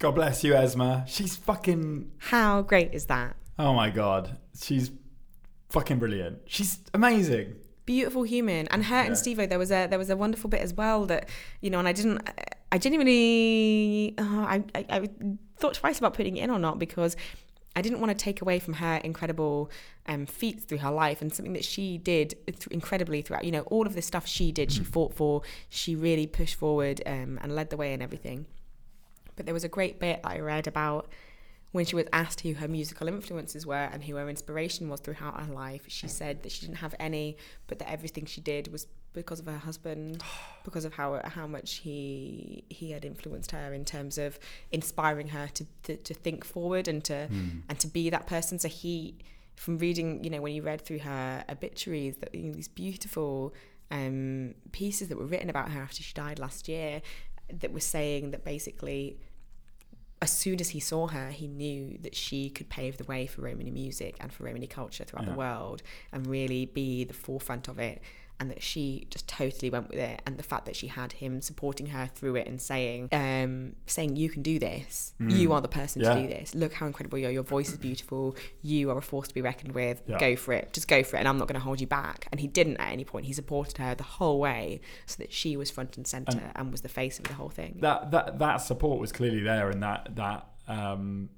B: God bless you, Esma. She's fucking.
A: How great is that?
B: Oh my god. She's fucking brilliant. She's amazing.
A: Beautiful human, and her and Stevo. There was a there was a wonderful bit as well that you know, and I didn't. I genuinely, oh, I, I I thought twice about putting it in or not because I didn't want to take away from her incredible um, feats through her life and something that she did th- incredibly throughout. You know, all of the stuff she did, she fought for, she really pushed forward um, and led the way and everything. But there was a great bit that I read about when she was asked who her musical influences were and who her inspiration was throughout her life. She said that she didn't have any, but that everything she did was because of her husband, because of how how much he he had influenced her in terms of inspiring her to to, to think forward and to and to be that person. So he, from reading, you know, when you read through her obituaries, that you know, these beautiful um, pieces that were written about her after she died last year, that were saying that basically as soon as he saw her, he knew that she could pave the way for Romani music and for Romani culture throughout the world and really be the forefront of it. And that she just totally went with it. And the fact that she had him supporting her through it and saying, um, saying, you can do this. You are the person
B: Mm. Yeah.
A: to do this. Look how incredible you are. Your voice is beautiful. You are a force to be reckoned with.
B: Yeah.
A: Go for it. Just go for it. And I'm not going to hold you back. And he didn't at any point. He supported her the whole way so that she was front and center and, was the face of the whole thing.
B: That that that support was clearly there, and that that um,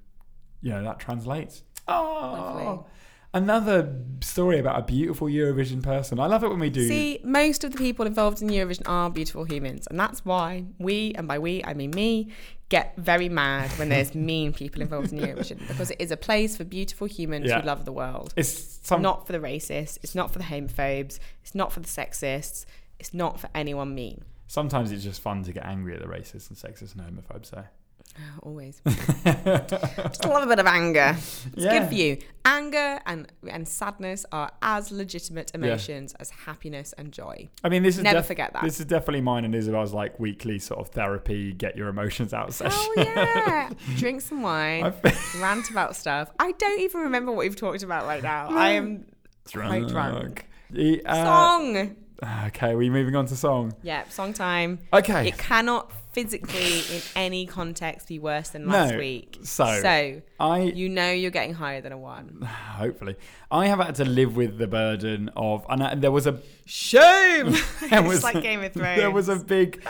B: you know that translates.
A: Lovely.
B: Oh, another story about a beautiful Eurovision person. I love it when we do.
A: See, most of the people involved in Eurovision are beautiful humans, and that's why we, and by we I mean me, get very mad when there's mean people involved in Eurovision because it is a place for beautiful humans
B: Yeah.
A: who love the world. It's
B: it's some
A: not for the racists, it's not for the homophobes, it's not for the sexists, it's not for anyone mean.
B: sometimes it's just fun to get angry at the racists and sexists and homophobes. So
A: Always. Just love a bit of anger. It's
B: Yeah.
A: good for you. Anger and, and sadness are as legitimate emotions as happiness and joy.
B: I mean, this is
A: Never forget that.
B: This is definitely mine and Isabel's like weekly sort of therapy, get your emotions out session.
A: Oh yeah, drink some wine,
B: I've-
A: rant about stuff. I don't even remember what we've talked about right now. I am quite drunk.
B: The, uh,
A: Song.
B: Okay, we're moving on to song.
A: Yep, song time.
B: Okay.
A: It cannot physically, in any context, be worse than last
B: No,
A: week.
B: so
A: so
B: I-
A: you know, you're getting higher than a one.
B: Hopefully, I have had to live with the burden of, and I, there was a
A: Shame.
B: there
A: it's
B: was-
A: like Game of Thrones.
B: There was a big,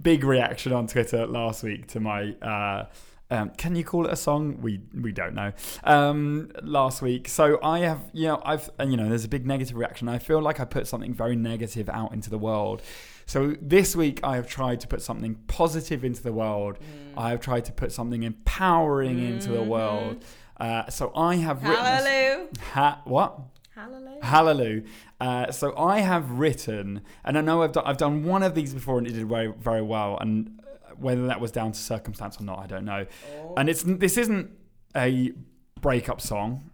B: big reaction on Twitter last week to my. Uh, um, can you call it a song? We we don't know. Um, last week, so I have, you know, I've, and you know, there's a big negative reaction. I feel like I put something very negative out into the world. So this week, I have tried to put something positive into the world.
A: Mm.
B: I have tried to put something empowering into the world. Uh, so I have written.
A: Mm-hmm. Hallelujah.
B: Ha- what?
A: Hallelujah.
B: Hallelujah. Uh, so I have written, and I know I've done, I've done one of these before and it did very, very well. And uh, whether that was down to circumstance or not, I don't know.
A: Oh.
B: And it's this isn't a breakup song.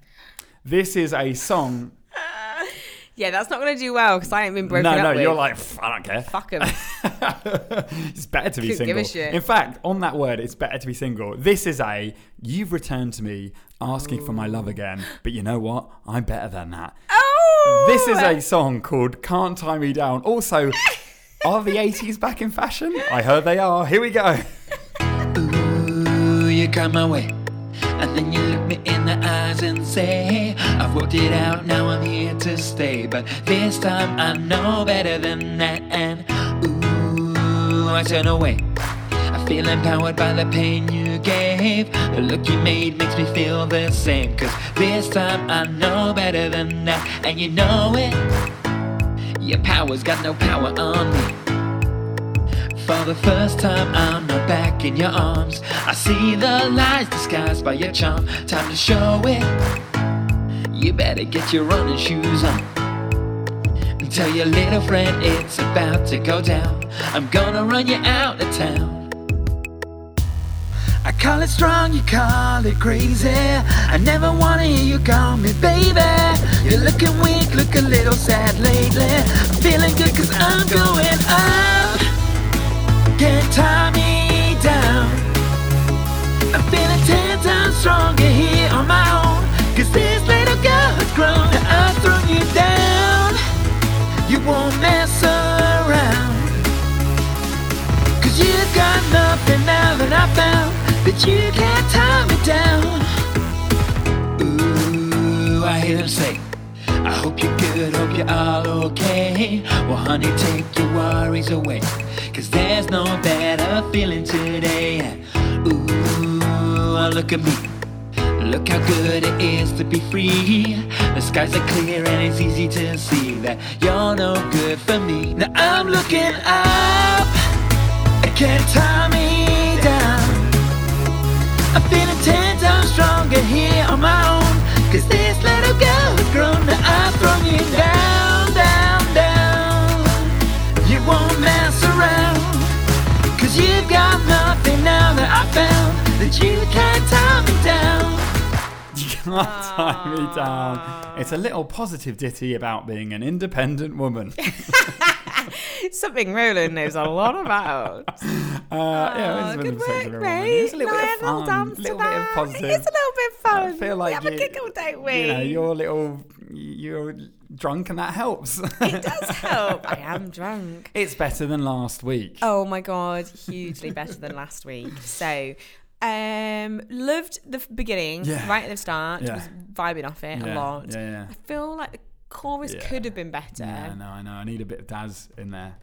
B: This is a song.
A: Yeah, that's not gonna do well because I ain't been broken
B: No,
A: up
B: no,
A: with.
B: you're like, "Pff, I don't care.
A: fuck 'em.
B: it's better to be
A: Couldn't
B: single.
A: give a shit.
B: In fact, on that word, it's better to be single. This is a you've returned to me asking for my love again, but you know what? I'm better than that.
A: oh,
B: This is a song called Can't Tie Me Down. Also, are the 80s back in fashion? I heard they are. Here we go.
F: Ooh, you come my way. And then you look me in the eyes and say, I've worked it out, now I'm here to stay. But this time I know better than that. And ooh, I turn away. I feel empowered by the pain you gave. The look you made makes me feel the same. Cause this time I know better than that. And you know it. Your power's got no power on me. For the first time, I'm not back in your arms. I see the lies disguised by your charm. Time to show it. You better get your running shoes on. And tell your little friend it's about to go down. I'm gonna run you out of town. I call it strong, you call it crazy. I never wanna hear you call me baby. You're looking weak, look a little sad lately. I'm feeling good cause I'm going up. Can't tie me down. I'm feeling ten times stronger here on my own. Cause this little girl has grown. I've thrown you down. You won't mess around. Cause you got nothing now that I found that you can't tie me down. Ooh, I hear them say. I hope you're good, hope you're all okay. Well, honey, take your worries away. Cause there's no better feeling today. Ooh, look at me. Look how good it is to be free. The skies are clear and it's easy to see that you're no good for me. Now I'm looking up. It can't tie me down. I'm feeling ten times stronger here on my own. Cause this little girl has grown. Now I've thrown you down, down, down. You won't mess around. Cause you've got nothing now that I found that you can't tie me down.
B: You can't tie me
A: Ah.
B: down. It's a little positive ditty about being an independent woman.
A: Something Roland knows a lot about.
B: Uh, yeah, it's
A: Oh,
B: been
A: good
B: a sense
A: work,
B: of everyone.
A: mate.
B: It's a little bit of
A: Lionel
B: fun,
A: Dance to
B: little bit of
A: that.
B: positive.
A: It's a little bit of
B: I
A: fun.
B: feel like
A: we have
B: you-
A: a giggle, don't we?
B: You know, you're little, you're drunk, and that helps.
A: It does help. I am drunk.
B: it's better than last week.
A: Oh my god, hugely better than last week. So, um, loved the f- beginning,
B: Yeah.
A: right at the start.
B: Yeah.
A: Was vibing off it a
B: Yeah,
A: lot.
B: yeah, yeah.
A: I feel like the chorus
B: Yeah.
A: could have been better.
B: Yeah, no, I know. I need a bit of Daz in there.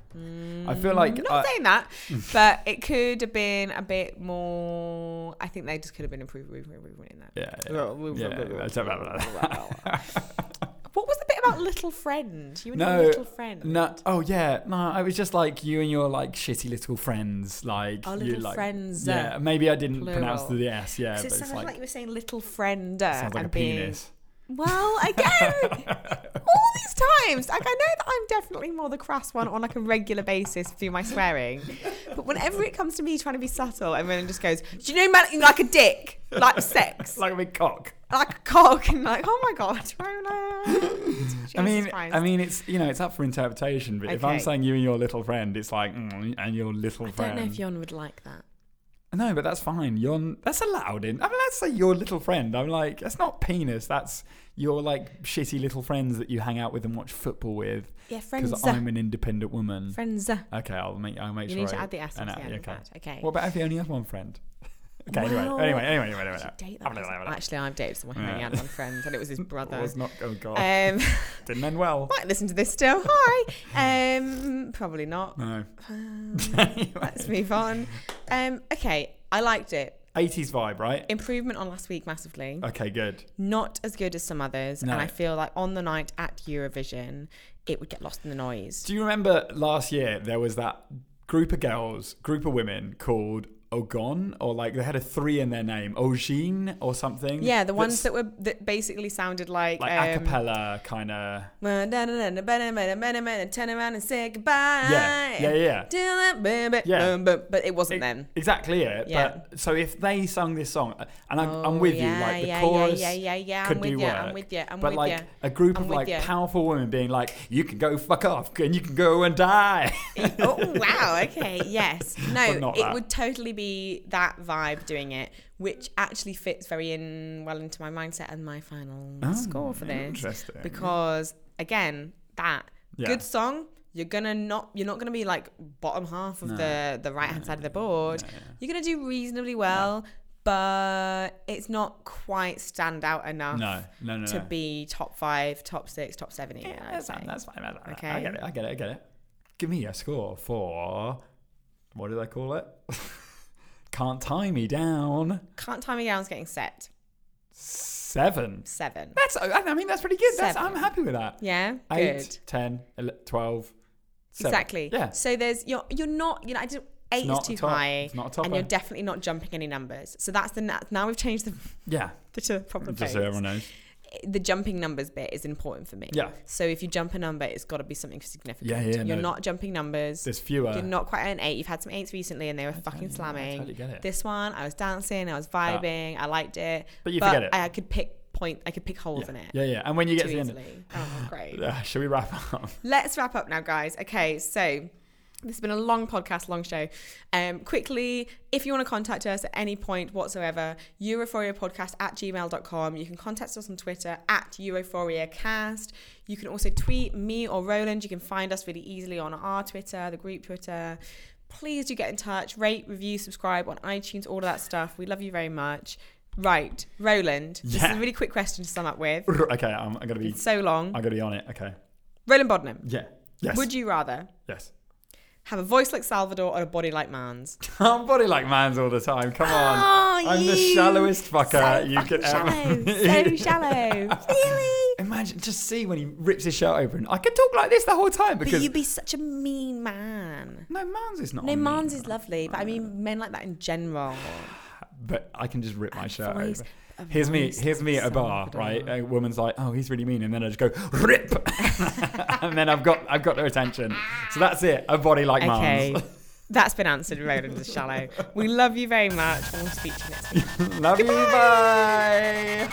B: I feel like
A: I'm Mm, not
B: I-
A: saying that, but it could have been a bit more. I think they just could have been improved. improved, improved Oh, in that.
B: Yeah, yeah, yeah, that's- blah, blah, blah.
A: What was the bit about little friend? You and
B: No,
A: your little friend.
B: No, oh yeah, no. It was just like you and your like shitty little friends, like
A: Our
B: you,
A: little
B: like,
A: friends,
B: Yeah,
A: uh,
B: maybe I didn't pronounce
A: plural.
B: the S. Yeah,
A: Because
B: but
A: it
B: it's
A: sounded like,
B: like,
A: you were saying little friender.
B: sounds like
A: and
B: a
A: being,
B: penis.
A: Well, again, all these times, like I know that I'm definitely more the crass one on like a regular basis through my swearing, but whenever it comes to me trying to be subtle, everyone just goes, "Do you know man like a dick, like sex, like,
B: like a big cock.
A: a cock?" And like, "Oh my god, Roland."
B: I
A: Jesus
B: mean,
A: Christ.
B: I mean, it's you know, it's up for interpretation. But if I'm
A: Okay.
B: saying you and your little friend, it's like mm, and your little
A: I
B: friend.
A: don't know if Yon would like that.
B: No, but that's fine. You're n- that's allowed in. I mean, let's say your little friend. I'm like, that's not penis. That's your like shitty little friends that you hang out with and watch football with.
A: Yeah,
B: Because
A: friends.
B: I'm an independent woman.
A: Friends.
B: Okay, I'll make I'll make
A: You
B: sure.
A: need to
B: I-
A: add the S
B: and
A: at the
B: I-
A: end of
B: okay.
A: that, okay.
B: What about if you only have one friend? okay.
A: Well,
B: anyway, anyway, anyway, anyway, anyway.
A: Did you date that
B: Blah, blah, blah,
A: person?
B: blah.
A: Actually, I've dated someone who only
B: Yeah.
A: had one friend, and it was his brother.
B: It was not. Oh god.
A: Um,
B: Didn't end well.
A: might listen to this still. Hi. Um, probably not.
B: No.
A: Let's move on. Um, okay, I liked it.
B: 80s vibe, right?
A: Improvement on last week massively.
B: Okay, good.
A: Not as good as some others,
B: No.
A: and I feel like on the night at Eurovision, it would get lost in the noise.
B: Do you remember last year there was that group of girls, group of women called Ogon, or like they had a three in their name, Ogine or something?
A: yeah, the ones
B: that's
A: that were that basically sounded like
B: like a
A: um,
B: cappella kind of.
A: "Well, da- da- da- da- ba- da- ba- da- ba- da- ba- da- Turn around and say goodbye.
B: Yeah, yeah, yeah.
A: Do that, baby.
B: Yeah.
A: Um, But, but it wasn't them.
B: Exactly it.
A: Yeah.
B: But so if they sung this song, uh, and I'm, I'm
A: Oh,
B: with
A: yeah,
B: you, like the
A: yeah, yeah,
B: chorus
A: yeah, yeah, yeah, I'm
B: could
A: with
B: do
A: ya,
B: work.
A: I'm with ya, I'm
B: but
A: with
B: like
A: ya.
B: a group
A: I'm
B: of
A: with
B: like
A: ya.
B: powerful women being like, "You can go fuck off, and you can go and die."
A: oh wow okay yes
B: But
A: no
B: not
A: it
B: that.
A: would totally be that vibe doing it which actually fits very in well into my mindset and my final score for this
B: Oh, interesting.
A: because again that
B: Yeah.
A: good song you're gonna not you're not gonna be like bottom half of the the right hand side of the board you're gonna do reasonably well But it's not quite stand out enough
B: No, no, no,
A: to
B: no.
A: be top five, top six, top seven. Even, I'd
B: that's, fine,
A: say.
B: that's fine. that's fine. I
A: Okay.
B: get it. I get it. I get it. Give me a score for what did I call it? Can't tie me down.
A: Can't Time Me Down's getting set.
B: Seven.
A: Seven.
B: That's. I mean, that's pretty good. That's, I'm
A: Seven.
B: happy with that.
A: Yeah, good.
B: Eight, ten, ele- twelve. seven.
A: Exactly.
B: Yeah.
A: So there's you're you're not you know I did eight
B: not
A: is too
B: a top-
A: high,
B: it's not a topper.
A: and you're definitely not jumping any numbers. So that's the na- now we've changed the
B: Yeah.
A: the problem phase.
B: Just so everyone knows.
A: the jumping numbers bit is important for me.
B: Yeah.
A: So if you jump a number, it's got to be something significant.
B: Yeah, yeah,
A: You're
B: no.
A: not jumping numbers.
B: There's fewer.
A: You're not quite at an eight. You've had some eights recently, and they were fucking
B: totally- I
A: slamming.
B: totally get it. Ah.
A: This one, I was dancing, I was vibing, I liked it.
B: But you forget it.
A: I, I could pick point. I could pick holes in it.
B: Yeah, yeah. And when you get
A: Too
B: to the
A: easily. Oh, great.
B: end, uh, should we wrap up?
A: Let's wrap up now, guys. Okay, so this has been a long podcast, long show. Um, quickly, if you want to contact us at any point whatsoever, euphoriapodcast at gmail.com. You can contact us on Twitter at euphoriacast. You can also tweet me or Roland. You can find us really easily on our Twitter, the group Twitter. Please do get in touch, rate, review, subscribe on iTunes, all of that stuff. We love you very much. Right, Roland, this is
B: Yeah.
A: a really quick question to sum up with.
B: okay, I'm, I'm gonna be.
A: It's so long.
B: I'm gonna be on it. Okay.
A: Roland Bodnam,
B: Yeah. Yes.
A: would you rather?
B: Yes.
A: Have a voice like Salvador or a body like man's.
B: I'm body like man's all the time. Come on.
A: Oh,
B: I'm the
A: you.
B: shallowest fucker
A: so
B: you could
A: fucking shallow. so
B: ever.
A: shallow. Really?
B: Imagine, just see when he rips his shirt open. I could talk like this the whole time
A: But
B: because
A: you'd be such a mean man.
B: no man's is not.
A: No,
B: on me.
A: man's is lovely, but I mean men like that in general.
B: But I can just rip my shirt
A: voice-
B: over.
A: a
B: Here's me.
A: voice
B: Here's me at a bar,
A: Salvador.
B: right? A woman's like, "Oh, he's really mean," and then I just go rip, and then I've got I've got their attention. So that's it. A body like
A: Okay.
B: man's.
A: That's been answered, Roland is shallow. We love you very much. and We'll speak to you next week.
B: Love you. Bye.